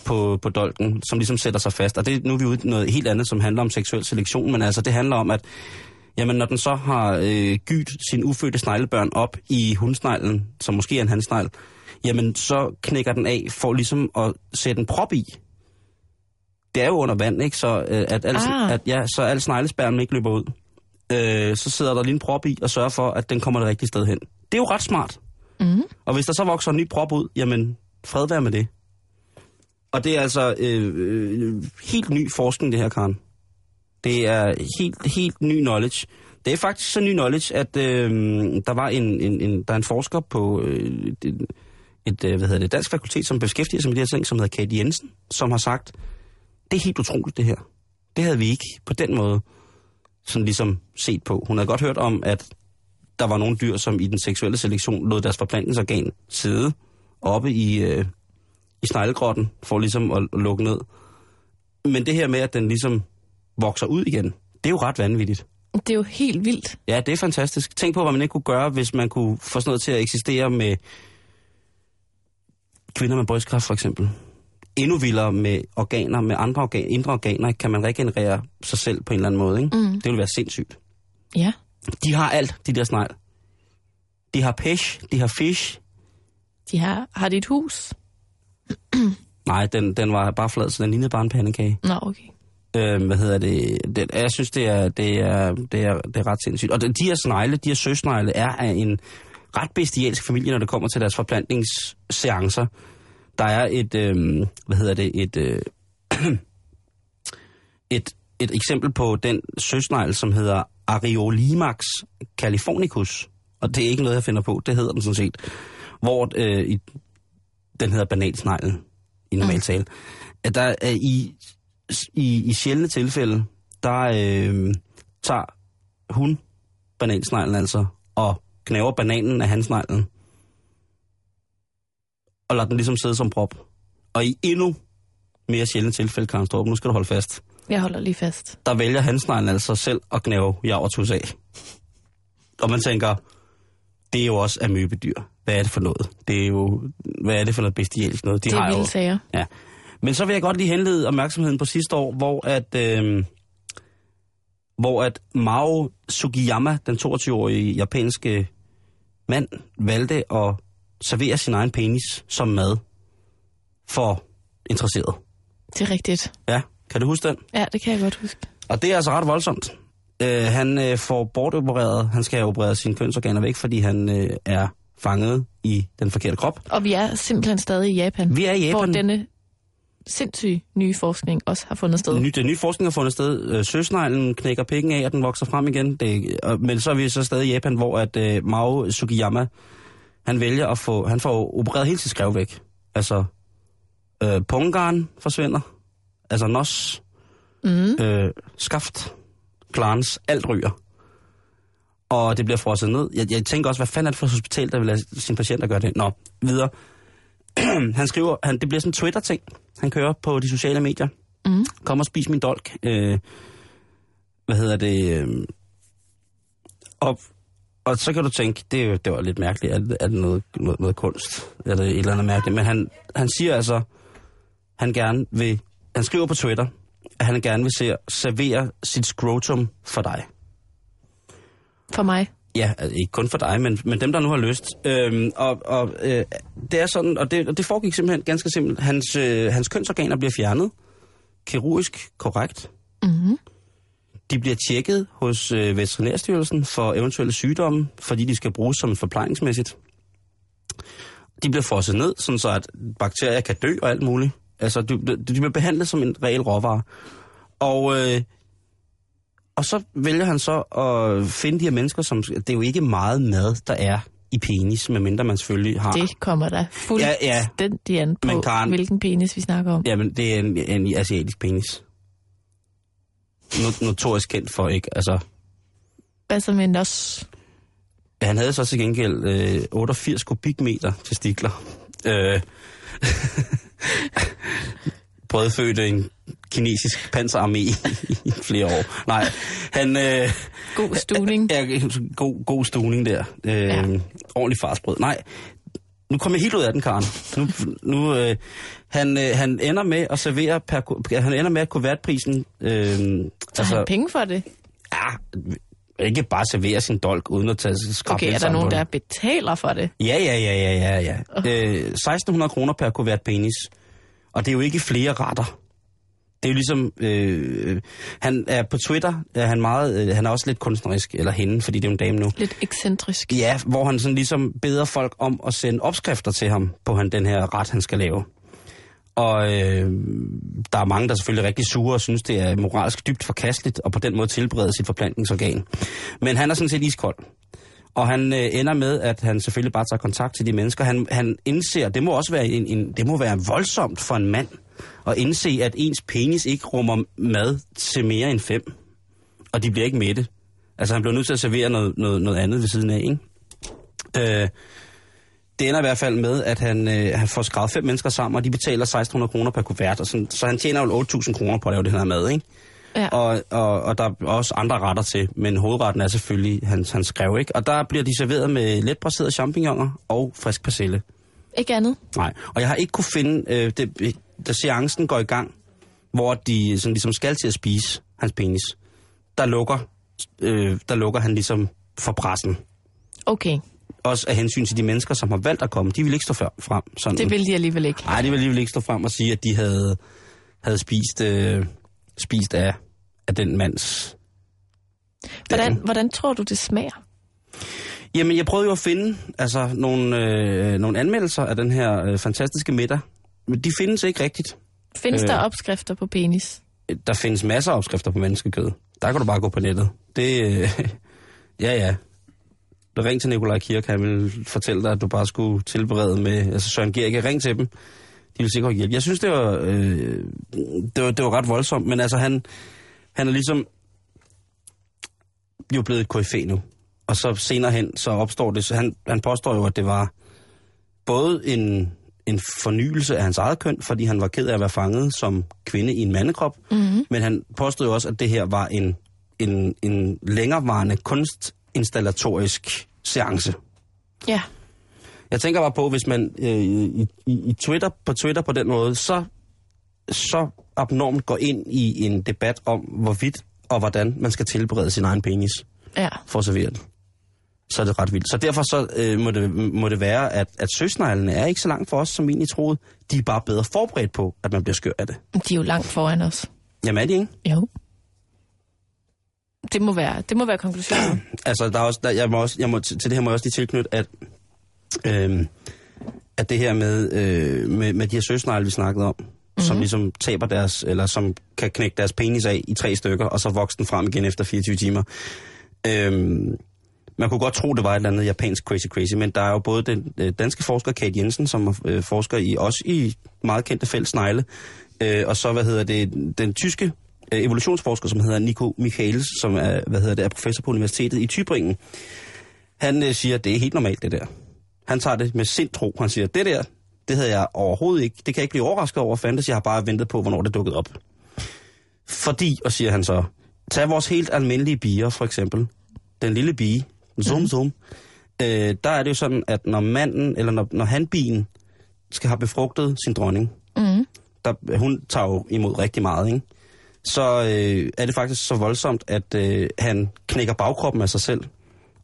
Speaker 4: på, på dolken, som ligesom sætter sig fast. Og det, nu er vi ude i noget helt andet, som handler om seksuel selektion, men altså det handler om, at Jamen, når den så har øh, gydt sin ufødte sneglebørn op i hundsneglen, som måske er en handsnegl, jamen så knækker den af for ligesom at sætte en prop i. Det er jo under vand, ikke? Så, øh, at, al,
Speaker 5: Ah.
Speaker 4: ah. at, ja, så al sneglespærmen ikke løber ud. Øh, så sidder der lige en prop i og sørger for, at den kommer det rigtige sted hen. Det er jo ret smart.
Speaker 5: Mm.
Speaker 4: Og hvis der så vokser en ny prop ud, jamen fred være med det. Og det er altså øh, øh, helt ny forskning, det her, Karen. Det er helt, helt ny knowledge. Det er faktisk så ny knowledge, at øh, der var en, en, en, der er en forsker på øh, et, et øh, hvad hedder det, dansk fakultet, som beskæftiger sig med de her ting, som hedder Kate Jensen, som har sagt, det er helt utroligt det her. Det havde vi ikke på den måde sådan ligesom set på. Hun havde godt hørt om, at der var nogle dyr, som i den seksuelle selektion lod deres forplantningsorgan sidde oppe i, øh, i sneglegrotten, for ligesom at lukke ned. Men det her med, at den ligesom vokser ud igen, det er jo ret vanvittigt.
Speaker 5: Det er jo helt vildt.
Speaker 4: Ja, det er fantastisk. Tænk på, hvad man ikke kunne gøre, hvis man kunne få sådan noget til at eksistere med kvinder med brystkræft, for eksempel. endnu vildere med organer, med andre organ, indre organer, kan man regenerere sig selv på en eller anden måde. Ikke? Mm. Det ville være sindssygt.
Speaker 5: Ja.
Speaker 4: De har alt, de der snegl. De har pesh, de har fish.
Speaker 5: De har, har dit hus?
Speaker 4: Nej, den, den var bare flad, så den lignede bare en pandekage.
Speaker 5: Nå, okay.
Speaker 4: Øh, hvad hedder det? Den, jeg synes, det er, det, er, det, er, det er ret sindssygt. Og de de her snegle, de her søsnegle, er af en ret bestialsk familie, når det kommer til deres forplantningsseancer. Der er et, øh, hvad hedder det, et, øh, et, et eksempel på den søsnegle, som hedder Ariolimax californicus. Og det er ikke noget, jeg finder på, det hedder den sådan set. Hvor øh, i, den hedder banansneglen i normal tale. At der er i i, i sjældne tilfælde, der øh, tager hun banansneglen altså, og knæver bananen af handsneglen. Og lader den ligesom sidde som prop. Og i endnu mere sjældne tilfælde, Karen Storp, nu skal du holde fast,
Speaker 5: Jeg holder lige fast.
Speaker 4: der vælger handsneglen altså selv at knæve javertus af. Og man tænker, det er jo også amøbedyr. Hvad er det for noget? Det er jo, hvad er det for noget bestialsk noget? De
Speaker 5: det
Speaker 4: har
Speaker 5: er
Speaker 4: jo,
Speaker 5: vilde sager.
Speaker 4: Ja. Men så vil jeg godt lige henlede opmærksomheden på sidste år, hvor at, øh, hvor at Mao Sugiyama, den 22-årige japanske mand, valgte at servere sin egen penis som mad for interesserede.
Speaker 5: Det er rigtigt.
Speaker 4: Ja, kan du huske den?
Speaker 5: Ja, det kan jeg godt huske.
Speaker 4: Og det er altså ret voldsomt. Øh, han øh, får bortopereret, han skal have opereret sine kønsorganer væk, fordi han øh, er fanget i den forkerte krop.
Speaker 5: Og vi er simpelthen stadig i Japan.
Speaker 4: Vi er i Japan.
Speaker 5: Hvor denne sindssyge nye forskning også har fundet sted.
Speaker 4: Ny, det nye forskning har fundet sted. Øh, Søsneglen knækker pikken af, og den vokser frem igen. Det, og, men så er vi så stadig i Japan, hvor at øh, Mao Sugiyama, han vælger at få, han får opereret hele sit skrev væk. Altså, øh, pungaren forsvinder. Altså nos, mm. øh, skaft, klans, alt ryger. Og det bliver frosset ned. Jeg, jeg tænker også, hvad fanden er det for et hospital, der vil lade sine patienter gøre det? Nå, videre. han skriver, han, det bliver sådan en Twitter-ting, han kører på de sociale medier kom og spis min dolk. Øh, hvad hedder det? Øh, og, og så kan du tænke, det, er jo- det var lidt mærkeligt, er det, er det noget, noget, noget kunst? Er det et eller andet mærkeligt? Men han, han siger altså, han gerne vil, han skriver på Twitter, at han gerne vil se, servere sit scrotum for dig.
Speaker 5: For mig.
Speaker 4: Ja, altså, ikke kun for dig, men, men dem, der nu har lyst. Øhm, og og øh, det er sådan, og det, og det foregik simpelthen ganske simpelt. Hans, øh, hans kønsorganer bliver fjernet, kirurgisk korrekt. Mm-hmm. De bliver tjekket hos øh, Veterinærstyrelsen for eventuelle sygdomme, fordi de skal bruges som forplejningsmæssigt. De bliver frosset ned, sådan så at bakterier kan dø og alt muligt. Altså, de, de de bliver behandlet som en reel råvare. Og... Øh, og så vælger han så at finde de her mennesker, som... Det er jo ikke meget mad, der er i penis, medmindre man selvfølgelig har...
Speaker 5: Det kommer da
Speaker 4: Ja,
Speaker 5: fuldstændig
Speaker 4: ja.
Speaker 5: an på,
Speaker 4: Men Karen-
Speaker 5: hvilken penis vi snakker om.
Speaker 4: Jamen, det er en, en asiatisk penis. No, notorisk kendt for, ikke? Altså,
Speaker 5: Hvad så med nos?
Speaker 4: han havde så til gengæld øh, 88 kubikmeter testikler. Øh, brødfødte en kinesisk panserarmé i flere år. Nej, han... Øh,
Speaker 5: God stuning.
Speaker 4: Ja, god, god stuning der. Øh, ja.
Speaker 5: Ja.
Speaker 4: Ordentlig farsbrød. Nej, nu kom jeg helt ud af den, Karen. Nu, nu, øh, han, øh, han ender med at servere per, ku- han ender med at kuvertprisen... Øh,
Speaker 5: Så har han penge for det?
Speaker 4: ja, ikke bare servere sin dolk, uden at tage skrab
Speaker 5: Okay, er der nogen, der betaler for det?
Speaker 4: Ja, ja, ja, ja, ja, ja. Øh, 1600 kroner per kuvert penis. Og det er jo ikke flere retter. Det er jo ligesom, øh, han er på Twitter, er han, meget, øh, han er også lidt kunstnerisk, eller hende, fordi det er jo en dame nu.
Speaker 5: Lidt ekscentrisk.
Speaker 4: Ja, hvor han sådan ligesom beder folk om at sende opskrifter til ham på han, den her ret, han skal lave. Og øh, der er mange, der er selvfølgelig er rigtig sure og synes, det er moralsk dybt forkasteligt, og på den måde tilberede sit forplantningsorgan. Men han er sådan set iskold. Og han øh, ender med, at han selvfølgelig bare tager kontakt til de mennesker. Han, han indser, det må også være, en, en, det må være voldsomt for en mand, at indse, at ens penis ikke rummer mad til mere end fem. Og de bliver ikke mætte. Altså han bliver nødt til at servere noget, noget, noget andet ved siden af, ikke? Øh, det ender i hvert fald med, at han, øh, han får skrevet fem mennesker sammen, og de betaler 1600 kroner per kuvert. Og sådan, så han tjener jo 8000 kroner på at lave det her mad, ikke?
Speaker 5: Ja.
Speaker 4: Og, og, og der er også andre retter til, men hovedretten er selvfølgelig hans, hans skrev, ikke? Og der bliver de serveret med letbraserede champignoner og frisk persille.
Speaker 5: Ikke andet?
Speaker 4: Nej, og jeg har ikke kunne finde, øh, det, da seancen går i gang, hvor de sådan ligesom skal til at spise hans penis, der lukker, øh, der lukker han ligesom for pressen.
Speaker 5: Okay,
Speaker 4: Også af hensyn til de mennesker, som har valgt at komme. De vil ikke stå før- frem. Sådan.
Speaker 5: det vil de alligevel ikke.
Speaker 4: Nej, de vil alligevel ikke stå frem og sige, at de havde, havde spist, øh, spist af, af den mands...
Speaker 5: Hvordan, hvordan tror du, det smager?
Speaker 4: Jamen, jeg prøvede jo at finde altså, nogle, øh, nogle anmeldelser af den her øh, fantastiske middag. Men de findes ikke rigtigt.
Speaker 5: Findes
Speaker 4: Øh.
Speaker 5: øh. der opskrifter på penis?
Speaker 4: Der findes masser af opskrifter på menneskekød. Der kan du bare gå på nettet. Det, øh, ja, ja. Du ring til Nikolaj Kirk, han vil fortælle dig, at du bare skulle tilberede med... Altså Søren Gericke, ring til dem. De vil sikkert hjælpe. Jeg synes, det var, øh, det var, det var ret voldsomt, men altså han, han er ligesom jo blevet et KFA nu. Og så senere hen, så opstår det... Så han, han påstår jo, at det var både en, en fornyelse af hans eget køn, fordi han var ked af at være fanget som kvinde i en mandekrop, mm-hmm. men han påstod jo også, at det her var en, en, en længerevarende kunstinstallatorisk seance.
Speaker 5: Ja.
Speaker 4: Jeg tænker bare på, hvis man øh, i, i, i Twitter, på Twitter på den måde, så, så abnormt går ind i en debat om, hvorvidt og hvordan man skal tilberede sin egen penis
Speaker 5: Ja.
Speaker 4: for at servere den. Så er det ret vildt. Så derfor så, øh, må, det, må det være, at, at søsneglene er ikke så langt for os, som vi egentlig troede. De er bare bedre forberedt på, at man bliver skør af det.
Speaker 5: De er jo langt foran os.
Speaker 4: Jamen er de ikke?
Speaker 5: Jo. Det må være, det må være konklusionen.
Speaker 4: altså, der er også, der, jeg må også, jeg må, til til det her må jeg også lige tilknytte, at, øhm, at det her med, øh, med, med de her søsnegle, vi snakkede om, mm-hmm. som ligesom taber deres, eller som kan knække deres penis af i tre stykker, og så vokser den frem igen efter 24 timer. Øhm, man kunne godt tro, det var et eller andet japansk crazy crazy, men der er jo både den øh, danske forsker Kate Jensen, som øh, forsker i også i meget kendte felt snegle, øh, og så, hvad hedder det, den tyske øh, evolutionsforsker, som hedder Nico Michaelis, som er, hvad hedder det, er professor på universitetet i Tybringen. Han øh, siger, at det er helt normalt, det der. Han tager det med sindtro. Han siger, det der, det havde jeg overhovedet ikke. Det kan jeg ikke blive overrasket over. Fandtes, jeg har bare ventet på, hvornår det dukkede op. Fordi, og siger han så, tag vores helt almindelige bier, for eksempel. Den lille bie, zoom, zoom. Øh, der er det jo sådan, at når manden, eller når, når hanbien skal have befrugtet sin dronning,
Speaker 5: Mm.
Speaker 4: der, hun tager jo imod rigtig meget, ikke? så øh, er det faktisk så voldsomt, at øh, han knækker bagkroppen af sig selv,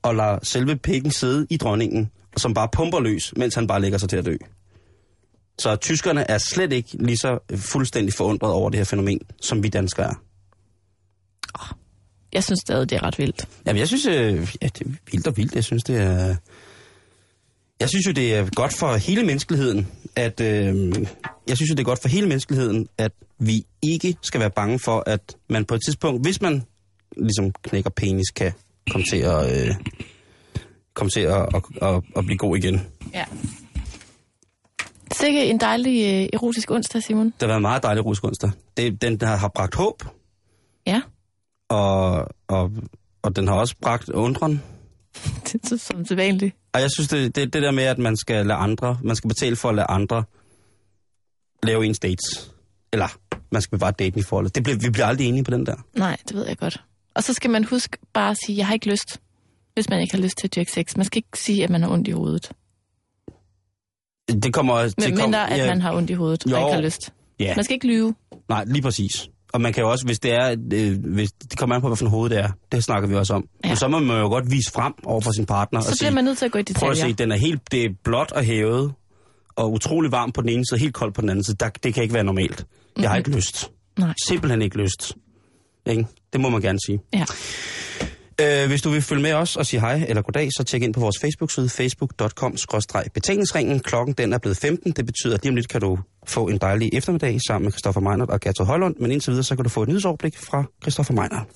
Speaker 4: og lader selve pikken sidde i dronningen, som bare pumper løs, mens han bare lægger sig til at dø. Så tyskerne er slet ikke lige så øh, fuldstændig forundret over det her fænomen, som vi danskere er.
Speaker 5: Jeg synes stadig, det er ret vildt.
Speaker 4: Jamen, jeg synes, øh, ja, det er vildt og vildt. Jeg synes, det er... Jeg synes jo, det er godt for hele menneskeligheden, at... Øh, jeg synes jo, det er godt for hele menneskeligheden, at vi ikke skal være bange for, at man på et tidspunkt, hvis man ligesom knækker penis, kan komme til at... Øh, komme til at, at, at, at blive god igen.
Speaker 5: Ja. Sikke en dejlig øh, erotisk onsdag, Simon.
Speaker 4: Det har været en meget dejlig rusk onsdag. Det, den der har bragt håb,
Speaker 5: Ja.
Speaker 4: og, og, og den har også bragt undren.
Speaker 5: Det er som sædvanligt.
Speaker 4: Og jeg synes, det, det, det der med, at man skal lade andre, man skal betale for at lade andre lave ens dates. Eller man skal bevare daten i forholdet. Det bliver, vi bliver aldrig enige på den der.
Speaker 5: Nej, det ved jeg godt. Og så skal man huske bare at sige, jeg har ikke lyst, hvis man ikke har lyst til at dyrke sex. Man skal ikke sige, at man har ondt i hovedet.
Speaker 4: Det kommer
Speaker 5: Men
Speaker 4: kom-
Speaker 5: mindre, at man har ondt i hovedet
Speaker 4: Jo.
Speaker 5: og ikke har lyst.
Speaker 4: Ja,
Speaker 5: Man skal ikke lyve.
Speaker 4: nej, lige præcis. Og man kan jo også, hvis det er, øh, hvis det kommer an på, hvilken hoved det er, det snakker vi også om. Ja.
Speaker 5: Ja.
Speaker 4: Men så må man jo godt vise frem over for sin partner og
Speaker 5: Så
Speaker 4: sige,
Speaker 5: bliver man nødt til at gå i
Speaker 4: prøv at se,
Speaker 5: detaljer.
Speaker 4: den er helt, det er blåt og hævet, og utrolig varm på den ene side, helt koldt på den anden side. Der, det kan ikke være normalt. Jeg
Speaker 5: Mhm.
Speaker 4: har ikke lyst.
Speaker 5: Nej.
Speaker 4: Simpelthen ikke lyst. Ikke? Det må man gerne sige.
Speaker 5: Ja.
Speaker 4: Øh, hvis du vil følge med os og sige hej eller goddag, så tjek ind på vores Facebook-side, facebook.com-betalingsringen. Klokken den er blevet 15. Det betyder, at lige om lidt kan du få en dejlig eftermiddag sammen med Christoffer Meinert og Gertrud Højlund. Men indtil videre, så kan du få et nyhedsoverblik fra Christoffer Meinert.